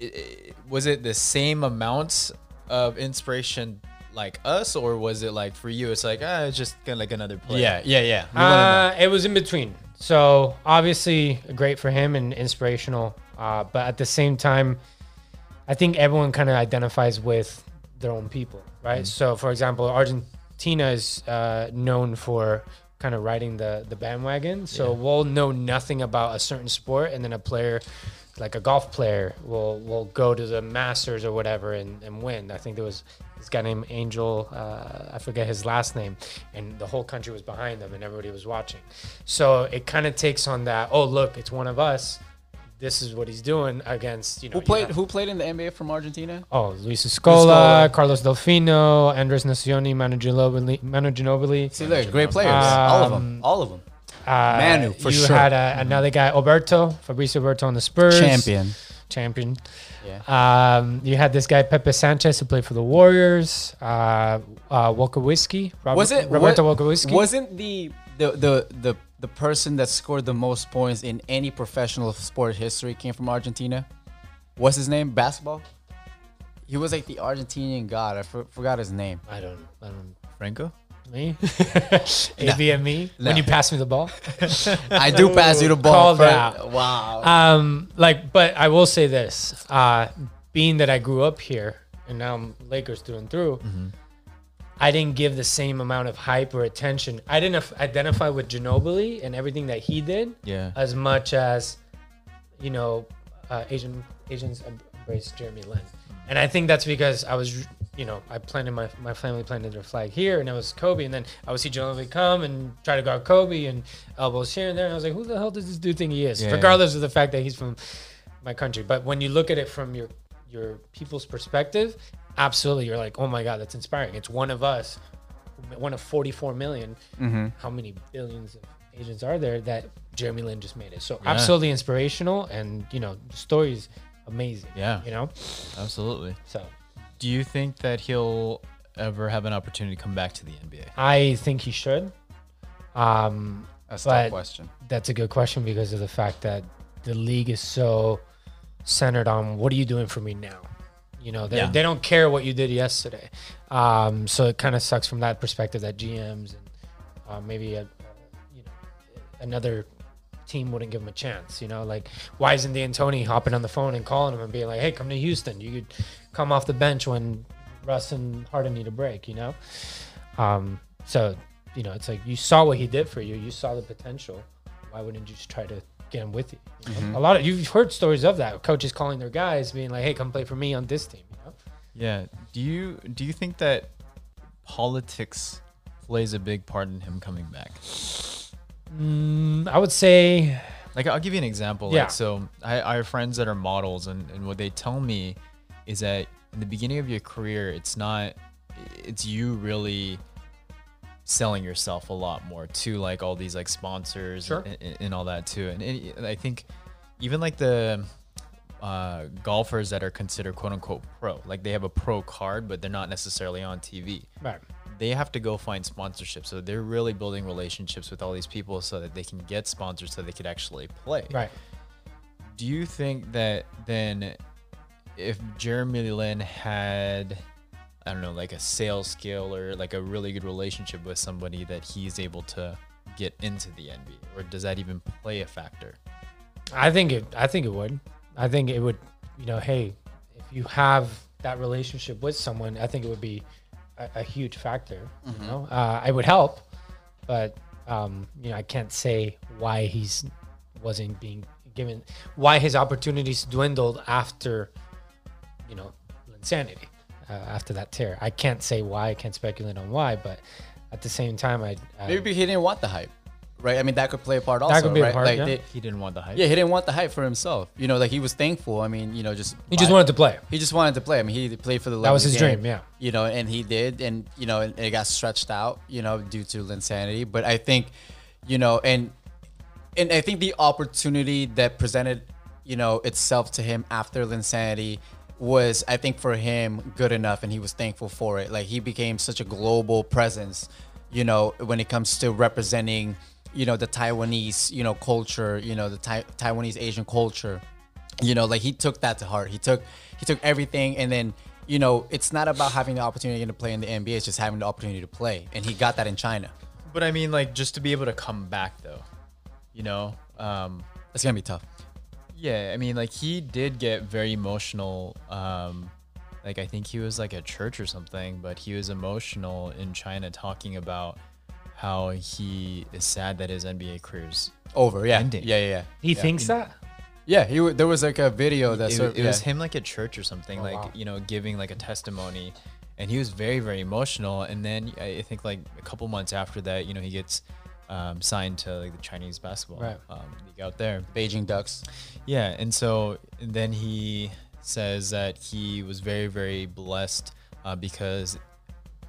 i- i- was it the same amount of inspiration like us, or was it like for you? It's like ah, it's just kinda like another player.
Yeah, yeah, yeah.
Uh, it was in between. So obviously great for him and inspirational, uh, but at the same time, I think everyone kind of identifies with their own people,
Mm-hmm.
right? So for example, Argentina is uh, known for kind of riding the the bandwagon. So we'll know nothing about a certain sport, and then a player. Like a golf player will will go to the Masters or whatever and, and win. I think there was this guy named Angel, uh, I forget his last name, and the whole country was behind them and everybody was watching. So it kind of takes on that. Oh, look, it's one of us. This is what he's doing against you know.
Who
you
played
have-
who played in the NBA from Argentina?
Oh, Luis Escola,
Scola.
Carlos Delfino, Andres Nacioni, Manu Ginobili. Manu Ginobili.
See, look,
Um,
great players. all of them. All of them.
Uh,
Manu, for
you
sure. Mm-hmm.
had uh, another guy, Alberto, Fabrizio Alberto on the Spurs.
Champion.
Champion.
Yeah.
Um, you had this guy, Pepe Sanchez, who played for the Warriors. Uh, uh, Walker Whiskey.
was it
Roberto
wa-
Walker Whiskey?
Wasn't the the the the the person that scored the most points in any professional sport history came from Argentina? What's his name? Basketball. He was like the Argentinian god. I for, forgot his
<laughs>
name.
I don't. I don't.
Franco.
<laughs>
Me? <laughs> ABME? E. When you pass me the ball?
I do pass you the ball.
Called
for-
out.
Wow.
um, like, but I will say this: uh, being that I grew up here and now I'm Lakers through and through,
Mm-hmm.
I didn't give the same amount of hype or attention. I didn't af- identify with Ginobili and everything that he did
Yeah.
as much as you know uh, Asian Asians embrace Jeremy Lin,
Mm-hmm.
and I think that's because I was you know I planted my my family planted their flag here, and it was Kobe, and then I would see Ginobili come and try to guard Kobe and elbows here and there, and I was like, who the hell does this dude think he is?
Yeah.
Regardless of the fact that he's from my country, but when you look at it from your your people's perspective, absolutely, you're like, oh my god, that's inspiring. It's one of us one of 44 million, how many billions of Asians are there that Jeremy Lin just made it? So absolutely inspirational, and you know, the story's amazing.
Yeah.
you know,
Absolutely.
so
Do you think that he'll ever have an opportunity to come back to the NBA?
I think he should. Um,
That's a
but
tough question.
That's a good question because of the fact that the league is so centered on what are you doing for me now? You know, they,
Yeah.
they don't care what you did yesterday. Um, so it kind of sucks from that perspective that GMs and uh, maybe a, you know another team wouldn't give him a chance. You know, like why isn't D'Antoni hopping on the phone and calling him and being like, "Hey, come to Houston. You could come off the bench when Russ and Harden need a break." You know, um, so you know it's like you saw what he did for you. You saw the potential. Why wouldn't you just try to get him with you? you know? A lot of you've heard stories of that. Coaches calling their guys, being like, "Hey, come play for me on this team." You know?
Yeah. Do you do you think that politics plays a big part in him coming back?
Mm, I would say
Like I'll give you an example.
Yeah.
Like so I, I have friends that are models and, and what they tell me is that in the beginning of your career it's not it's you really selling yourself a lot more to like all these like sponsors
Sure.
and, and, and all that too. And, it- and I think even like the uh, golfers that are considered quote unquote pro, like they have a pro card, but they're not necessarily on TV
right.
they have to go find sponsorship. So they're really building relationships with all these people so that they can get sponsors so they could actually play.
Right.
Do you think that then if Jeremy Lin had I don't know, like a sales skill or like a really good relationship with somebody that he's able to get into the NBA? Or does that even play a factor?
I think it. I think it would. I think it would. You know, hey, if you have that relationship with someone, I think it would be a, a huge factor. You know, uh, it would help, but um, you know, I can't say why he's wasn't being given, why his opportunities dwindled after, you know, insanity. Uh, after that tear, I can't say why. I can't speculate on why, but at the same time, I, I
Maybe he didn't want the hype, right? I mean, that could play a part also,
could be a
right?
part,
like
yeah.
they-
He didn't want the hype.
yeah, he didn't want the hype for himself. You know, like he was thankful. I mean, you know, just
he just
by-
wanted to play.
He just wanted to play. I mean, he played for the.
That was
love
his
of the game,
dream, yeah.
You know, and he did, and you know, and it got stretched out, you know, due to insanity. But I think, you know, and and I think the opportunity that presented, you know, itself to him after Linsanity was, I think, for him good enough, and he was thankful for it. Like he became such a global presence, you know, when it comes to representing, you know, the Taiwanese, you know, culture, you know, the tai- Taiwanese Asian culture, you know, like he took that to heart. He took he took everything, and then. You know, it's not about having the opportunity to play in the NBA. It's just having the opportunity to play, and he got that in China.
But I mean, like, just to be able to come back though, you know? Um,
It's gonna be tough.
Yeah, I mean, like he did get very emotional. Um, like I think he was like at church or something, but he was emotional in China talking about how he is sad that his NBA career's.
Over, yeah,
Ending.
yeah, yeah, yeah.
He thinks that.
Yeah, he w- there was like a video that
It,
sort
it was
yeah.
him like at church or something, like
wow.
you know, giving like a testimony, and he was very very emotional. And then I I think like a couple months after that, you know, he gets um, signed to like the Chinese basketball
Right.
um, league out there.
Beijing Ducks.
Yeah, and so and then he says that he was very, very blessed uh, because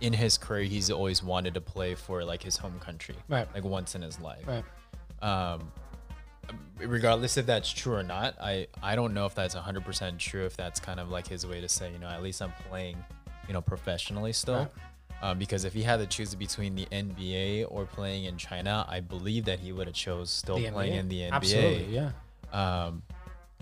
in his career he's always wanted to play for like his home country,
Right.
Like once in his life.
Right.
Um, regardless if that's true or not, I I don't know if that's hundred percent true. If that's kind of like his way to say, you know, at least I'm playing, you know, professionally still. Um, because if he had to choose between the NBA or playing in China, I believe that he would have chose still
The
playing
NBA.
in the NBA
Absolutely, yeah.
um,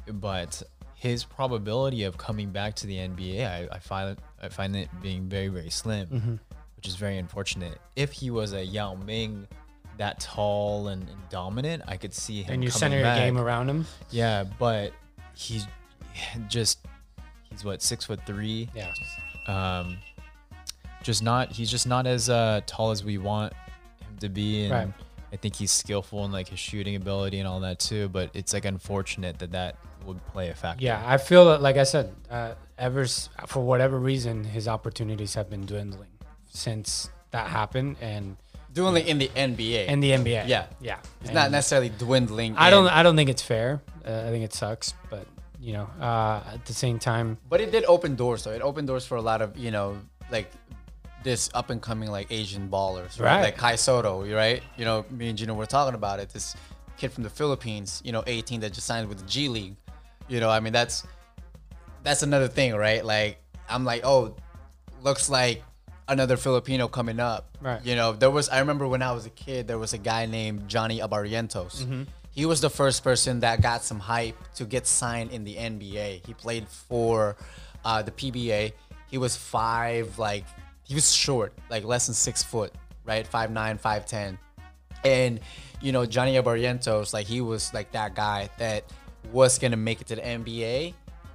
but his probability of coming back to the NBA, I, I find I find it being very very slim,
Mm-hmm.
which is very unfortunate. If he was a Yao Ming, that tall and, and dominant, I could see him.
And you
coming
center your
back.
game around him.
Yeah, but he's <sighs> just he's what six foot three.
Yeah.
Um, just not he's just not as uh, tall as we want him to be, and
Right.
I think he's skillful in like his shooting ability and all that too. But it's like unfortunate that that would play a factor.
Yeah, I feel that, like I said, uh, ever s- for whatever reason, his opportunities have been dwindling since that happened, and
Doing like in the NBA.
and the NBA.
Yeah.
yeah,
it's
And
not necessarily dwindling.
I don't.
in.
I don't think it's fair. Uh, I think it sucks, but you know, uh, at the same time,
But it did open doors, though. It opened doors for a lot of, you know, like this up and coming like Asian ballers, right?
Right.
Like Kai Soto, right? You know, me and Gino were talking about it. This kid from the Philippines, you know, 18 that just signed with the G League. You know, I mean, that's that's another thing, right? Like I'm like, oh, looks like another Filipino coming up.
Right.
You know, there was I remember when I was a kid, there was a guy named Johnny Abarientos. He was the first person that got some hype to get signed in the NBA. He played for uh, the PBA. He was five, like he was short, like less than six foot, right? Five nine, five ten and you know Johnny Abarientos, like he was like that guy that was gonna make it to the NBA,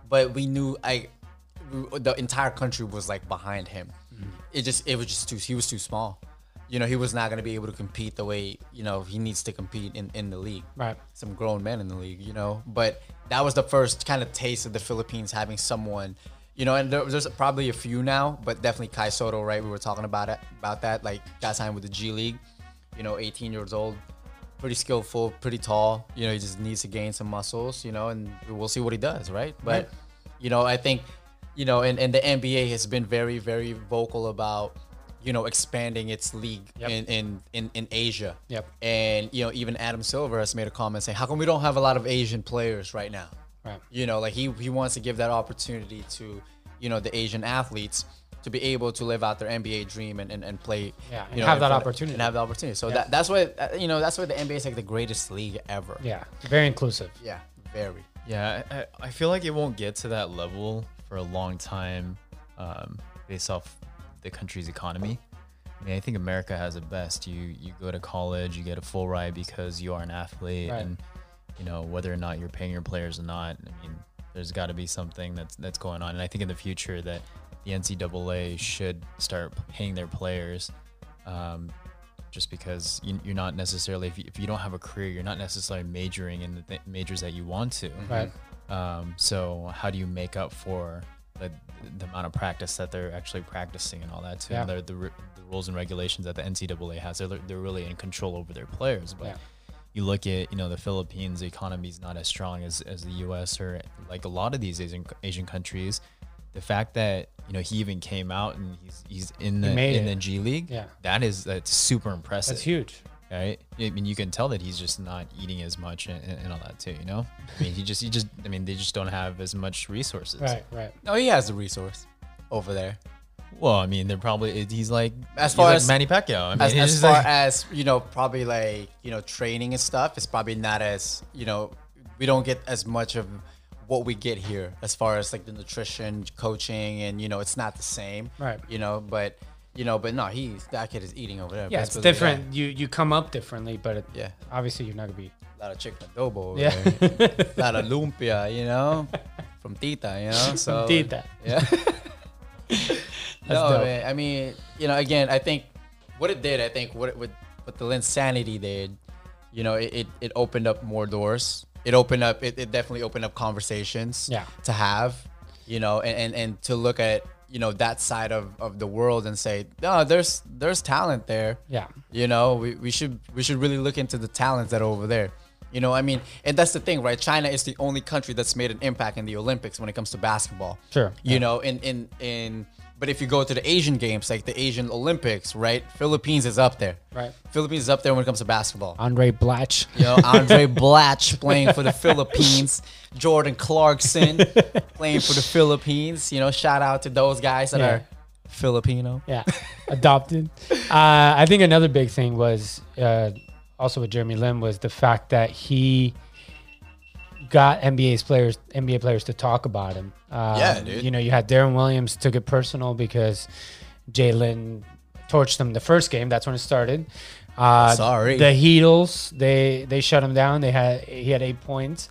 but we knew I, we- the entire country was like behind him. It just it was just too he was too small, you know he was not gonna be able to compete the way you know he needs to compete in in the league.
Right.
some grown men in the league, you know. But that was the first kind of taste of the Philippines having someone. You know, and there, there's probably a few now, but definitely Kai Soto, right? We were talking about it, about that, like got signed with the G League you know, 18 years old, pretty skillful, pretty tall. You know, he just needs to gain some muscles, you know, and we'll see what he does, right? But, you know, I think, you know, and, and the NBA has been very, very vocal about, you know, expanding its league
Yep.
in, in, in, in Asia.
Yep.
And, you know, even Adam Silver has made a comment saying, how come we don't have a lot of Asian players right now?
Right.
You know, like he, he wants to give that opportunity to, you know, the Asian athletes to be able to live out their NBA dream and, and, and play
Yeah, and
you know,
have
in
that
front of-
opportunity.
and have the opportunity. So that, that's why uh, you know that's why the NBA is like the greatest league ever.
yeah, very inclusive.
yeah, very.
Yeah, I, I- I feel like it won't get to that level for a long time, um, based off the country's economy. I mean, I think America has it best. You you go to college, you get a full ride because you are an athlete,
Right.
and you know whether or not you're paying your players or not. I mean, there's got to be something that's that's going on, and I think in the future that the NCAA should start paying their players. Um, just because you, you're not necessarily, if you, if you don't have a career, you're not necessarily majoring in the th- majors that you want to.
Right.
Um, so how do you make up for the, the amount of practice that they're actually practicing and all that too?
Yeah.
And the, the, ru- the rules and regulations that the NCAA has, they're, they're really in control over their players. But
Yeah.
you look at, you know, the Philippines, the economy is not as strong as, as the U.S. or like a lot of these Asian, Asian countries. The fact that you know he even came out and he's he's in the
made
in
it.
the G League,
Yeah.
that is that's super impressive
That's huge.
right? I mean, you can tell that he's just not eating as much and, and and all that too. You know, I mean, he just, he just, I mean, they just don't have as much resources.
Right, right.
No, he has the resource over there.
Well, I mean, they're probably it- he's like
As
he's
far
like
as-
Manny Pacquiao. I mean,
As,
it's
as
just
far
like-
as you know, probably like you know, training and stuff is probably not as you know, we don't get as much of what we get here as far as like the nutrition, coaching, and you know, it's not the same.
Right.
You know, but you know, but no, he's that kid is eating over there.
Yeah, it's
Best believe
different. You you come up differently, but it,
Yeah.
obviously you're not gonna be.
that. A lot of chicken adobo. Over
Yeah. <laughs>
There. a lot of lumpia, you know, from Tita, you know. So
Tita.
Yeah. <laughs> no,
dope.
man. I mean, you know, again, I think what it did, I think what it would, what the insanity did, you know, it, it, it opened up more doors. It opened up, it, it definitely opened up conversations
Yeah.
to have, you know, and, and, and to look at, you know, that side of, of the world and say, no, there's, there's talent there.
Yeah.
You know, we, we should we should really look into the talents that are over there. You know, I mean, and that's the thing, right? China is the only country that's made an impact in the Olympics when it comes to basketball.
Sure.
You know, in in in but if you go to the Asian games, like the Asian Olympics, right? Philippines is up there.
Right. Ah.
Philippines is up there when it comes to basketball.
Andre Blatch.
You know,
<laughs>
Andre Blatch playing for the Philippines, Jordan Clarkson playing for the Philippines. You know, shout out to those guys that
Yeah.
are Filipino.
Yeah, adopted. Uh, I think another big thing was uh, also with Jeremy Lin was the fact that he got NBA's players, NBA players to talk about him. Um,
Yeah, dude.
You know, you had Darren Williams took it personal because Jalen torched him the first game. That's when it started. Uh,
Sorry.
The Heatles, they they shut him down. They had he had eight points.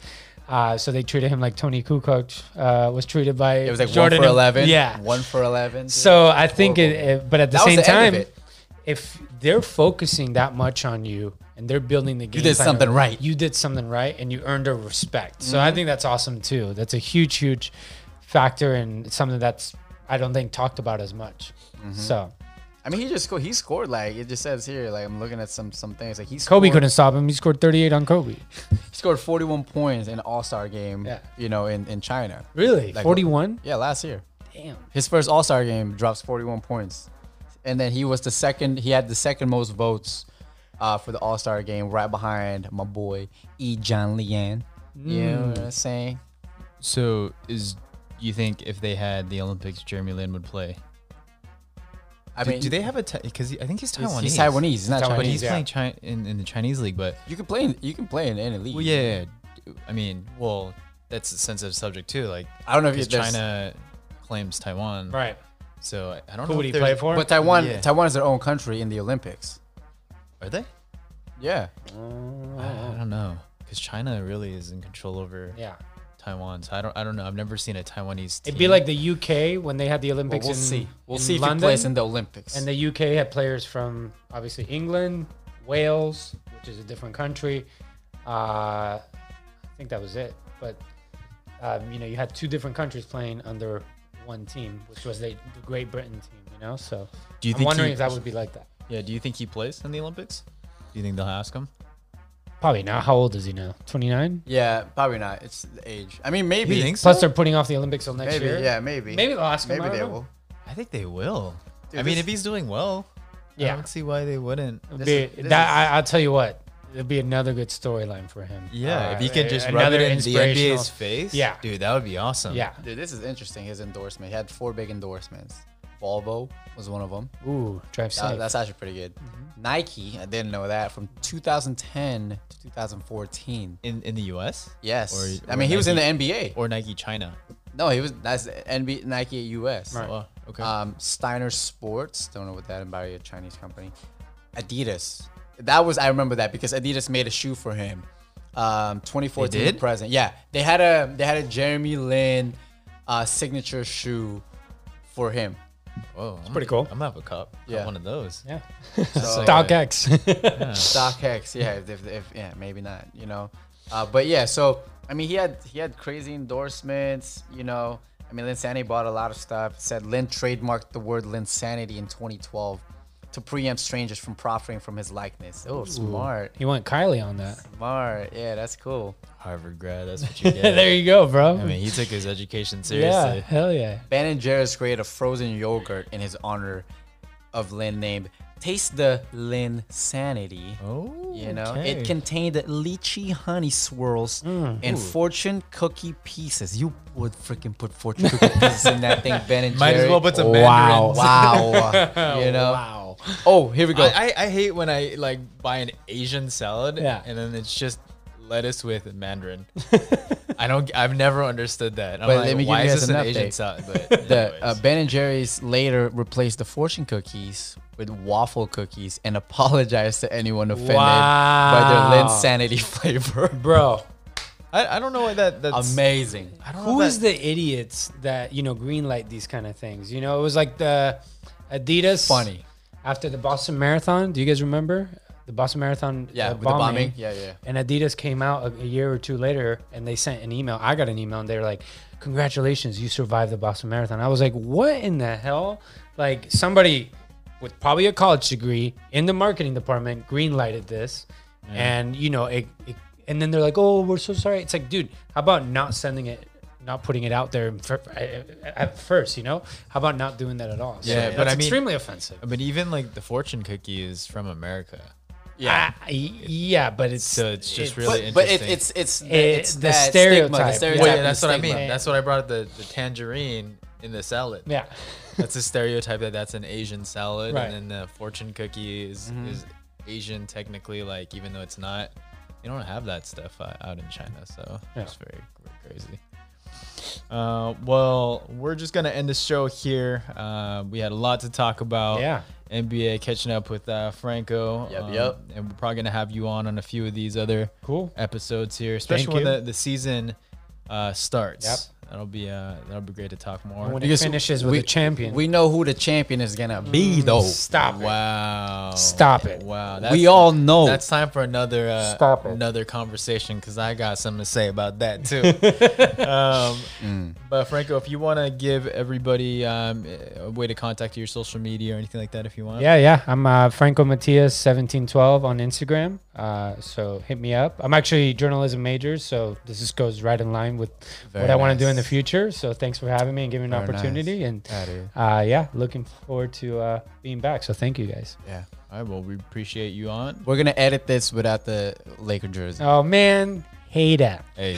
Uh, so they treated him like Tony Kukoc uh, was treated by
It was like
Jordan
one for
and-
eleven.
Yeah,
One for eleven. dude.
so I think, it, it- but at the
That
same
was the end of
time,
it.
if they're focusing that much on you and they're building the game,
did
plan
something
around-
right. Mm-hmm.
You did something right, and you earned their respect. So I think that's awesome too. That's a huge, huge factor, and it's something that's I don't think talked about as much.
Mm-hmm.
So
I mean, he just scored. He scored like it just says here. Like I'm looking at some some things. Like he scored,
Kobe couldn't stop him. He scored 38 on Kobe.
he scored 41 points in All Star game.
Yeah.
You know, in in China.
Really,
Like-
41.
Yeah, last year.
Damn.
His first All Star game drops 41 points, and then he was the second. He had the second most votes uh, for the All Star game, right behind my boy E. John Leanne. You know
Mm.
what I'm saying?
so is you think if they had the Olympics, Jeremy Lin would play?
I
Do,
mean,
do they have a because I think he's Taiwanese.
He's Taiwanese. He's not
Taiwanese,
but
Chinese.
he's
yeah.
playing China in, in the Chinese league. But
You can play. In, you can play in any league.
well, yeah, yeah, I mean, well, that's a sensitive subject too. Like
I don't know if
because
it's
China
China.
claims Taiwan,
Right.
So I- I don't
Who
know.
would
if
he
there's-
play for?
But Taiwan,
Yeah.
Taiwan is their own country in the Olympics.
Are they?
Yeah.
I don't know because China really is in control over
yeah.
Taiwan. So I don't. I don't know. I've never seen a Taiwanese.
It'd
team.
be like the UK when they had the
Well,
Olympics.
we'll
in,
see. We'll
in
see if
London.
he plays in the Olympics.
And the UK had players from obviously England, Wales, which is a different country. Uh, I think that was it. But um, you know, you had two different countries playing under one team, which was the, the Great Britain team. You know, so
Do you
I'm
think
wondering
he-
if that would be like that.
Yeah. Do you think he plays in the Olympics? Do you think they'll ask him?
Probably not. How old is he now? 29.
yeah, probably not. It's the age. I mean, maybe.
You think so?
Plus, they're putting off the Olympics till next
Maybe.
year.
Yeah, maybe.
Maybe they'll ask him,
Maybe
I don't
they
know.
will.
I think they will. I mean,
Dude, this-
if he's doing well, I
yeah.
don't see why they wouldn't.
It'd
this
be-
is- this
that
is-
I, I'll tell you what. It'll be another good storyline for him.
Yeah,
Uh,
if he can just rub
another
it in the
inspirational-
NBA's face,
Yeah.
dude, that would be awesome.
Yeah.
Dude, this is interesting. His endorsement. He had four big endorsements. Volvo was one of them.
Ooh, drive safe.
That- that's actually pretty good.
Mm-hmm.
Nike, I didn't know that. From 2010 to 2014.
In in the U.S.
Yes.
Or-
I
or
mean, he was in the
Nike-
NBA.
or Nike China.
no, he was. That's NB, Nike US.
Right.
Wow, Okay.
Um, Steiner Sports. Don't know what that about a Chinese company. Adidas. That was I remember that because Adidas made a shoe for him. Um, 2014
They did?
present. Yeah, they had a they had a Jeremy Lin uh, signature shoe for him.
Whoa, it's
pretty cool.
I'm gonna have a cup. I want
Yeah.
one of those.
Yeah.
So-
StockX. <laughs>
StockX, yeah, if, if, if yeah, maybe not, you know. Uh, but yeah, so I mean, he had he had crazy endorsements, you know. I mean, Linsanity bought a lot of stuff. It said Lin trademarked the word Linsanity in 2012 to preempt strangers from profiting from his likeness. Oh, smart,
he went Kylie on that.
smart. Yeah, that's cool.
Harvard grad. That's what you get.
<laughs> there you go, bro.
I mean, he took his education
yeah,
seriously.
hell yeah.
Ben and Jerry's created a frozen yogurt in his honor of Lin, named Taste the Lin Sanity.
Oh,
You know,
okay. Mm.
it contained lychee honey swirls and fortune cookie pieces. You would freaking put fortune cookie pieces in that thing, Ben and
<laughs> Might
Jerry.
as well put some
Wow.
mandarins. <laughs>
<laughs>
Wow, you know. Wow. Oh, here we go.
I, I, I hate when I like buy an Asian salad
Yeah.
and then it's just lettuce with mandarin. I don't. I've never understood that. I'm
But
like,
let me give
why
you
is
guys
this
an
an Asian
update.
salad? But
the uh,
anyways.
Ben and Jerry's later replaced the fortune cookies with waffle cookies and <laughs> apologized to anyone offended by their
Wow.
Lin sanity <laughs> flavor.
Bro,
I, I don't know why that. That's
Amazing.
I don't know
who
that-
is the idiots that, you know, green light these kind of things? You know, it was like the Adidas.
Funny.
After the Boston Marathon, do you guys remember? The Boston Marathon
Yeah,
uh,
with the bombing. Yeah, yeah.
And Adidas came out a, a year or two later and they sent an email. I got an email and they were like, Congratulations, you survived the Boston Marathon. I was like, What in the hell? Like, somebody with probably a college degree in the marketing department green lighted this. And, you know, it, it, and then they're like, Oh, we're so sorry. It's like, dude, how about not sending it? Not putting it out there fir- at first, you know. How about not doing that at all? So
Yeah, but
that's
I mean-
extremely offensive.
But even like the fortune cookie is from America,
Yeah, yeah, but it's
so it's just
it-
really
But, but it,
interesting.
it's it's the,
It's
it's
the
that stigma,
stereotype.
the
Yeah,
stereotype.
well, yeah,
and
that's
the
what I
stigma.
mean. That's what I brought up, the the tangerine in the salad.
yeah.
that's a stereotype that that's an Asian salad,
Right. Mm-hmm.
and then the fortune cookie is is Asian technically, like even though it's not. You don't have that stuff uh, out in China, so
Yeah.
it's very, very crazy. Uh, well, we're just gonna end the show here. Uh, we had a lot to talk about.
Yeah.
NBA catching up with uh, Franco. Um,
Yep, yep.
And we're probably gonna have you on on a few of these other
Cool.
episodes here, especially
you.
when the, the season uh, starts.
Yep.
That'll be uh, that'll be great to talk more.
When
Because
it finishes with
we-
a champion,
We know who the champion is gonna be, though.
stop it.
Wow.
Stop it.
Wow.
we all know.
That's time for another uh,
Stop it.
another conversation because I got something to say about
<laughs>
that too. um,
Mm.
But Franco, if you want to give everybody um, a way to contact you, your social media or anything like that, if you want.
Yeah, yeah. I'm uh, Franco Matias seventeen twelve on Instagram. Uh, so hit me up. I'm actually journalism major, so this just goes right in line with what I want to do in the
nice.
future. So thanks for having me and giving me an
Very
opportunity.
nice.
And
That is-
uh, yeah, looking forward to uh, being back. So thank you guys.
yeah.
All right. Well, we appreciate you on.
We're gonna edit this without the Laker jersey.
Oh man, hate that.
Hey,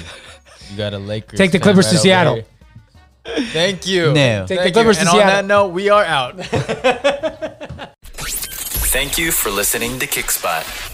you got a Lakers.
Take the
fan
Clippers to
right over
Seattle.
here. Thank you.
No. Take the
Thank you.
Clippers to
and
Seattle.
On that note, we are out.
Thank you for listening to Kickspot.